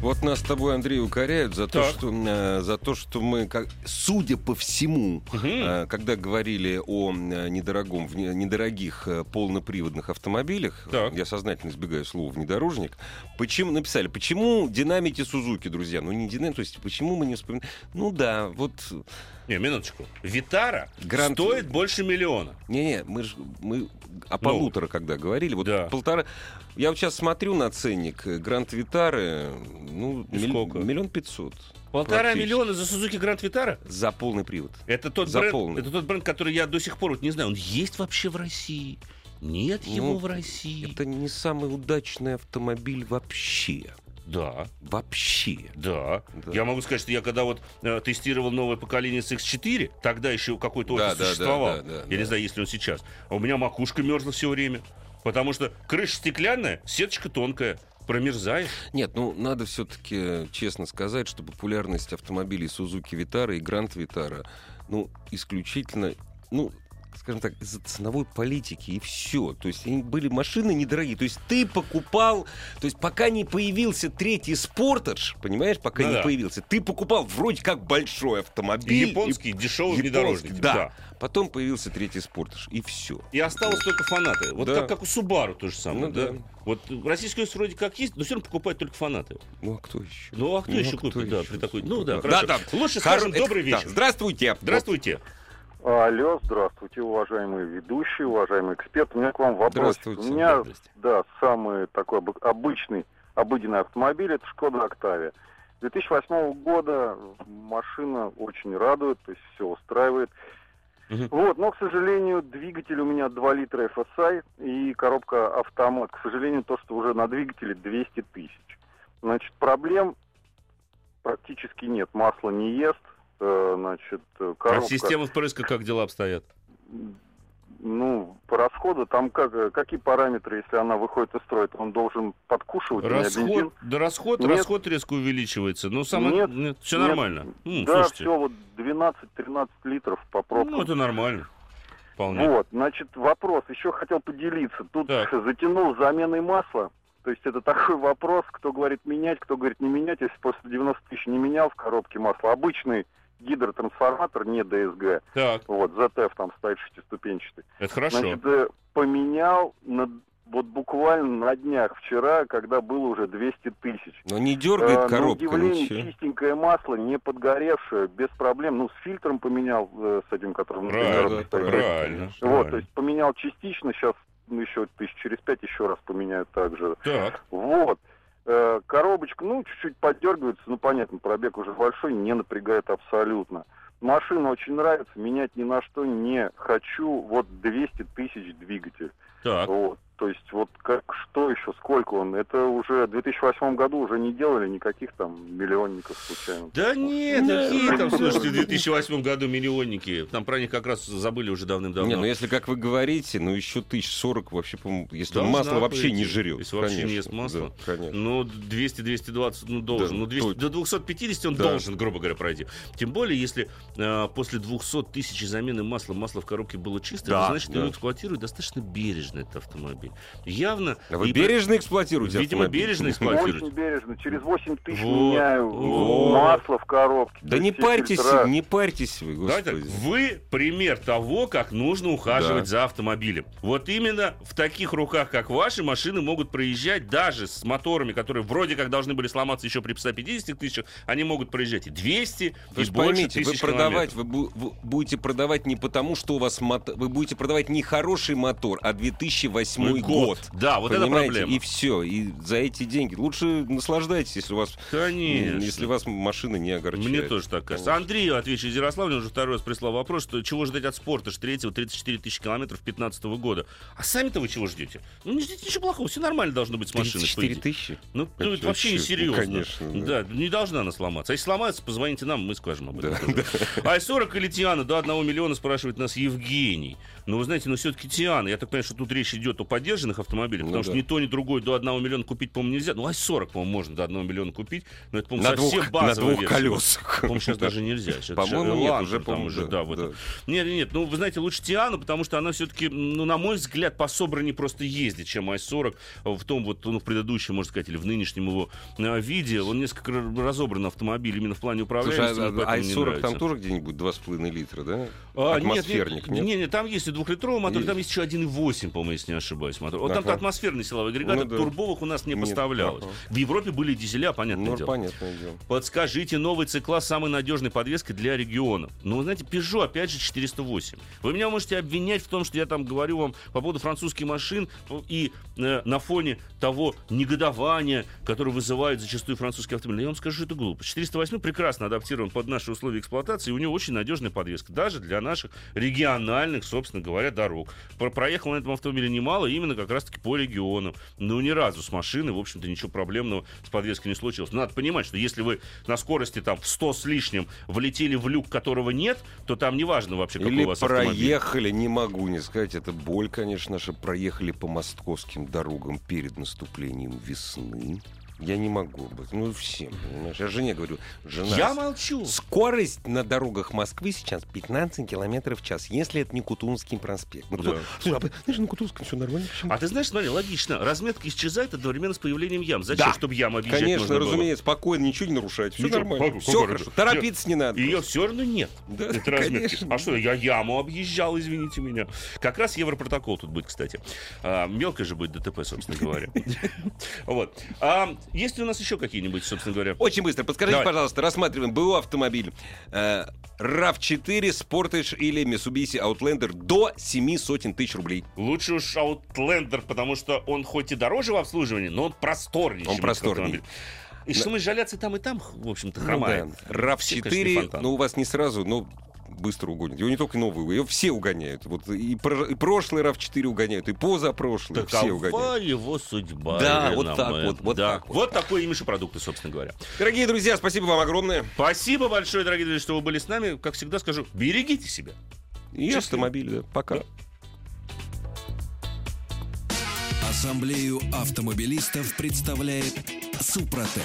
Speaker 1: Вот нас с тобой, Андрей, укоряют за то,
Speaker 2: Так.
Speaker 1: что, э, за то, что мы, как, судя по всему, э, когда говорили о э, недорогом, в не- недорогих э, полноприводных автомобилях,
Speaker 2: Так.
Speaker 1: я сознательно избегаю слова внедорожник, почему написали, почему динамите Сузуки, друзья, ну не динамики, то есть почему мы не вспоминаем, ну да, вот,
Speaker 2: Не, минуточку. Витара
Speaker 1: Гранд-
Speaker 2: стоит больше миллиона.
Speaker 1: не-не, мы же, мы о полутора когда говорили, вот
Speaker 2: Ну. да.
Speaker 1: полтора, я вот сейчас смотрю на ценник э, Гранд Витары, ну,
Speaker 2: И сколько?
Speaker 1: миллион пятьсот.
Speaker 2: Полтора
Speaker 1: Практически.
Speaker 2: миллиона за Сузуки Гранд Витара?
Speaker 1: за полный привод.
Speaker 2: Это тот,
Speaker 1: За
Speaker 2: бренд,
Speaker 1: полный.
Speaker 2: это тот бренд, который я до сих пор вот не знаю. Он есть вообще в России? Нет его
Speaker 1: Ну,
Speaker 2: в России.
Speaker 1: Это не самый удачный автомобиль вообще.
Speaker 2: Да.
Speaker 1: Вообще.
Speaker 2: Да.
Speaker 1: Да.
Speaker 2: Я могу сказать, что я когда вот э, тестировал новое поколение с X4, тогда еще какой-то
Speaker 1: Да,
Speaker 2: офис
Speaker 1: да, да,
Speaker 2: существовал.
Speaker 1: да, да,
Speaker 2: я не
Speaker 1: да.
Speaker 2: знаю, есть ли он сейчас. А у меня макушка мерзла все время. Потому что крыша стеклянная, сеточка тонкая. Промерзаешь.
Speaker 1: Нет, ну надо все-таки честно сказать, что популярность автомобилей Сузуки Витара и Гранд Витара, ну, исключительно, ну, скажем так, из-за ценовой политики и все. То есть они были машины недорогие. То есть ты покупал, то есть пока не появился третий спортаж, понимаешь, пока
Speaker 2: Ну
Speaker 1: не
Speaker 2: да.
Speaker 1: появился, ты покупал вроде как большой
Speaker 2: И
Speaker 1: автомобиль.
Speaker 2: японский дешевый
Speaker 1: Японский,
Speaker 2: внедорожник.
Speaker 1: да. Потом появился третий спортаж, и все.
Speaker 2: И осталось только фанаты. Вот
Speaker 1: Да.
Speaker 2: как, как у Субару то же самое.
Speaker 1: Ну
Speaker 2: да?
Speaker 1: да.
Speaker 2: Вот российская вроде как есть, но все равно покупают только фанаты.
Speaker 1: Ну а кто еще?
Speaker 2: Ну а кто
Speaker 1: Ну,
Speaker 2: еще
Speaker 1: кто
Speaker 2: купит? Да,
Speaker 1: еще?
Speaker 2: при такой. Ну да,
Speaker 1: Да,
Speaker 2: хорошо.
Speaker 1: да.
Speaker 2: Лучше
Speaker 1: Хоро-
Speaker 2: скажем
Speaker 1: это-
Speaker 2: добрый
Speaker 1: да,
Speaker 2: вечер.
Speaker 1: Здравствуйте.
Speaker 2: Здравствуйте.
Speaker 5: Алло, здравствуйте, уважаемые ведущие, уважаемый эксперт. У меня к вам вопрос.
Speaker 1: Здравствуйте.
Speaker 5: У меня,
Speaker 1: Здрасте.
Speaker 5: да, самый такой обы- обычный, обыденный автомобиль, это Шкода Октавия. 2008 года машина очень радует, то есть все устраивает.
Speaker 2: Мгм.
Speaker 5: Вот, но, к сожалению, двигатель у меня 2 литра FSI и коробка автомат. К сожалению, то, что уже на двигателе 200 тысяч. Значит, проблем практически нет. Масло не ест, э, значит, э,
Speaker 2: А
Speaker 5: коробка...
Speaker 2: система впрыска как дела обстоят?
Speaker 5: ну, по расходу, там как, э, какие параметры, если она выходит из строя, то он должен подкушивать у меня бензин?
Speaker 2: Расход, да расход,
Speaker 5: Нет.
Speaker 2: расход резко увеличивается. Ну, самое...
Speaker 5: Нет,
Speaker 2: все
Speaker 5: нет.
Speaker 2: нормально. М,
Speaker 5: да,
Speaker 2: слушайте.
Speaker 5: все, вот 12-13 литров по пробкам.
Speaker 2: Ну, это нормально. Вполне.
Speaker 5: Вот, значит, вопрос. Еще хотел поделиться. Тут
Speaker 2: Так.
Speaker 5: затянул с заменой масла. То есть это такой вопрос, кто говорит менять, кто говорит не менять. Если после 90 тысяч не менял в коробке масло, обычный гидротрансформатор, не ДСГ,
Speaker 2: Так,
Speaker 5: вот, ZF там стоит шестиступенчатый.
Speaker 2: это хорошо.
Speaker 5: Значит, э, поменял на, вот буквально на днях вчера, когда было уже 200 тысяч.
Speaker 1: Но Ну, не
Speaker 5: Э,
Speaker 1: дергает
Speaker 5: на
Speaker 1: коробку.
Speaker 5: удивление,
Speaker 1: ничего.
Speaker 5: чистенькое масло, не подгоревшее, без проблем. Ну, с фильтром поменял, э, с этим, которым... внутри
Speaker 2: Правильно,
Speaker 5: коробки стоит.
Speaker 2: правильно.
Speaker 5: Вот, то есть поменял частично, сейчас ну, еще тысяч через пять еще раз поменяю также.
Speaker 2: Так,
Speaker 5: Вот. Э, Коробочка, ну, чуть-чуть поддергивается, ну, понятно, пробег уже большой, не напрягает абсолютно. Машина очень нравится, менять ни на что не хочу. Вот 200 тысяч двигатель.
Speaker 2: так.
Speaker 5: Вот. То есть вот как, что еще, сколько он? Это уже в 2008 году уже не делали никаких там миллионников случайно.
Speaker 2: Да нет,
Speaker 1: Да.
Speaker 5: Ну,
Speaker 2: какие там, слушайте, в 2008 году миллионники. Там про них как раз забыли уже давным-давно.
Speaker 1: Не, ну если как вы говорите, ну еще тысяч сорок вообще, по-моему, если он
Speaker 2: Должна
Speaker 1: масло вообще
Speaker 2: пойти.
Speaker 1: не жрет.
Speaker 2: Если вообще не ест масло.
Speaker 1: да, конечно.
Speaker 2: Ну, 200-220, ну, должен.
Speaker 1: Да,
Speaker 2: ну, 200
Speaker 1: точно.
Speaker 2: до 250 он
Speaker 1: Да.
Speaker 2: должен, грубо говоря, пройти. Тем более, если э, после 200 тысяч замены масла масло в коробке было чистое,
Speaker 1: Да,
Speaker 2: значит,
Speaker 1: да.
Speaker 2: его эксплуатируют достаточно бережно этот автомобиль. Явно...
Speaker 1: А вы
Speaker 2: Ну, и-
Speaker 1: бережно эксплуатируете
Speaker 2: Видимо,
Speaker 1: автомобиль?
Speaker 2: бережно
Speaker 5: Очень
Speaker 2: эксплуатируют.
Speaker 5: бережно. Через 8 тысяч
Speaker 2: Вот.
Speaker 5: меняю
Speaker 2: Вот.
Speaker 5: масло в коробке.
Speaker 1: Да не
Speaker 5: все
Speaker 1: парьтесь,
Speaker 5: фильтра.
Speaker 1: не парьтесь вы,
Speaker 2: Да, это
Speaker 1: господи.
Speaker 2: вы пример того, как нужно ухаживать
Speaker 1: Да.
Speaker 2: за автомобилем. Вот именно в таких руках, как ваши, машины могут проезжать даже с моторами, которые вроде как должны были сломаться еще при 150 тысячах, они могут проезжать и 200,
Speaker 1: Вы
Speaker 2: и
Speaker 1: же
Speaker 2: больше
Speaker 1: поймите, вы
Speaker 2: тысяч
Speaker 1: продавать,
Speaker 2: километров.
Speaker 1: вы, бу- вы будете продавать не потому, что у вас мотор, вы будете продавать не хороший мотор, а 2008
Speaker 2: Ну,
Speaker 1: год.
Speaker 2: Да, вот это
Speaker 1: Понимаете?
Speaker 2: проблема.
Speaker 1: И все, и за эти деньги. Лучше наслаждайтесь, если у вас,
Speaker 2: Конечно.
Speaker 1: ну, если вас машина не огорчает.
Speaker 2: Мне тоже так кажется. Андрею отвечу из Ярославля, он уже второй раз прислал вопрос, что чего ждать от спорта, ж третьего, 34 тысячи километров 15 года. А сами-то вы чего ждете? Ну, не ждите ничего плохого, все нормально должно быть с машиной. по
Speaker 1: 34
Speaker 2: идее.
Speaker 1: тысячи?
Speaker 2: Ну,
Speaker 1: Это
Speaker 2: это вообще не
Speaker 1: вообще, ну,
Speaker 2: серьезно.
Speaker 1: конечно,
Speaker 2: Да. не должна она сломаться. А если сломается, позвоните нам, мы скажем об этом. тоже. Ай-40 или Тиана? До 1 миллиона спрашивает нас Евгений. Но вы знаете, ну все-таки Тиана. Я так понимаю, что тут речь идет о поддержанных автомобилях,
Speaker 1: Ну
Speaker 2: потому что
Speaker 1: да.
Speaker 2: ни то, ни другое до 1 миллиона купить, по-моему, нельзя. Ну, Ай-40, по-моему, можно до 1 миллиона купить, но это,
Speaker 1: На
Speaker 2: по-моему, Ну, совсем
Speaker 1: двух, на
Speaker 2: базовая
Speaker 1: двух
Speaker 2: версия.
Speaker 1: колесах.
Speaker 2: По-моему, сейчас даже нельзя. Сейчас
Speaker 1: По-моему,
Speaker 2: же
Speaker 1: нет,
Speaker 2: Elantra
Speaker 1: уже,
Speaker 2: там
Speaker 1: по-моему,
Speaker 2: уже,
Speaker 1: да,
Speaker 2: да, вот
Speaker 1: да.
Speaker 2: это. Нет, нет, ну, вы знаете, лучше Тиану, потому что она все-таки, ну, на мой взгляд, по собраннее просто ездит, чем Ай-40 в том вот, ну, в предыдущем, можно сказать, или в нынешнем его э, виде. Он несколько р- разобран автомобиль именно в плане
Speaker 1: Слушай,
Speaker 2: управляемости. мне
Speaker 1: а
Speaker 2: поэтому не
Speaker 1: i40 там
Speaker 2: нравится.
Speaker 1: тоже где-нибудь 2,5 литра, да?
Speaker 2: А, нет,
Speaker 1: Атмосферник,
Speaker 2: нет,
Speaker 1: нет?
Speaker 2: не, не, там есть и двухлитровый мотор,
Speaker 1: Есть.
Speaker 2: там есть еще 1,8, по-моему, если не ошибаюсь, мотор. Вот
Speaker 1: Ага.
Speaker 2: там-то атмосферный силовой агрегат,
Speaker 1: Ну
Speaker 2: а
Speaker 1: да.
Speaker 2: турбовых у нас не
Speaker 1: Нет,
Speaker 2: поставлялось.
Speaker 1: ага.
Speaker 2: В Европе были дизеля, понятное
Speaker 1: Ну,
Speaker 2: дело.
Speaker 1: понятное дело.
Speaker 2: Подскажите, новый цикла самой надежной подвеской для регионов. Ну, вы знаете, Peugeot, опять же, 408. Вы меня можете обвинять в том, что я там говорю вам по поводу французских машин и э, на фоне того негодования, которое вызывают зачастую французские автомобили. Я вам скажу, это глупо. 408 прекрасно адаптирован под наши условия эксплуатации, и у него очень надежная подвеска, даже для наших региональных, собственно говоря, дорог. Про- Проехал на этом автомобиле немало, именно как раз-таки по регионам. Но ни разу с машины, в общем-то, ничего проблемного с подвеской не случилось. Но надо понимать, что если вы на скорости там в 100 с лишним влетели в люк, которого нет, то там неважно вообще, какой
Speaker 1: Или
Speaker 2: у вас автомобиль.
Speaker 1: проехали, не могу не сказать, это боль, конечно же, проехали по московским дорогам перед наступлением весны. Я не могу быть. Ну, всем, понимаешь? Я жене говорю, жена...
Speaker 2: Я молчу.
Speaker 1: Скорость на дорогах Москвы сейчас 15 километров в час, если это не Кутунский проспект. Ну, кто-
Speaker 2: Да.
Speaker 1: Слушай, а ты знаешь, на Кутунском все нормально? почему?
Speaker 2: А ты знаешь, смотри, логично, разметка исчезает одновременно с появлением ям. Зачем,
Speaker 1: Да.
Speaker 2: чтобы ям объезжать
Speaker 1: Конечно,
Speaker 2: нужно было?
Speaker 1: разумеется, спокойно, ничего не нарушать. Все
Speaker 2: Ничего,
Speaker 1: нормально.
Speaker 2: погоди,
Speaker 1: Все
Speaker 2: погоди.
Speaker 1: хорошо.
Speaker 2: Я-
Speaker 1: Торопиться не надо.
Speaker 2: Ее все равно нет.
Speaker 1: Да,
Speaker 2: Это разметки.
Speaker 1: конечно.
Speaker 2: А что, я яму объезжал, извините меня. Как раз Европротокол тут будет, кстати. А, мелкое же будет ДТП, собственно говоря. Вот. А, Есть ли у нас еще какие-нибудь, собственно говоря?
Speaker 1: Очень быстро. Подскажите,
Speaker 2: Давай.
Speaker 1: пожалуйста, рассматриваем БУ автомобиль. Э, RAV4, Sportage или Mitsubishi Outlander до 7 сотен тысяч рублей.
Speaker 2: Лучше уж Outlander, потому что он хоть и дороже в обслуживании, но он просторнее.
Speaker 1: Он
Speaker 2: чем этот
Speaker 1: просторнее.
Speaker 2: автомобиль. И шумоизоляция там и там, в общем-то,
Speaker 1: Ну
Speaker 2: хромает.
Speaker 1: да.
Speaker 2: Все, конечно, не
Speaker 1: RAV4,
Speaker 2: фонтан.
Speaker 1: ну у вас не сразу, но быстро угонят. Его не только новые, его все угоняют. Вот и, про- и прошлый RAV4 угоняют, и позапрошлый все
Speaker 2: Такова
Speaker 1: угоняют.
Speaker 2: его судьба.
Speaker 1: Да,
Speaker 2: Елена
Speaker 1: вот так
Speaker 2: Мэ.
Speaker 1: вот, вот
Speaker 2: Да.
Speaker 1: так вот.
Speaker 2: Вот такой имидж и продукты, собственно говоря.
Speaker 1: Дорогие друзья, спасибо вам огромное.
Speaker 2: Спасибо большое, дорогие друзья, что вы были с нами. Как всегда скажу, берегите себя.
Speaker 1: И
Speaker 2: Счастливо.
Speaker 1: автомобиль, да. Пока.
Speaker 3: Ассамблею автомобилистов представляет Супротек.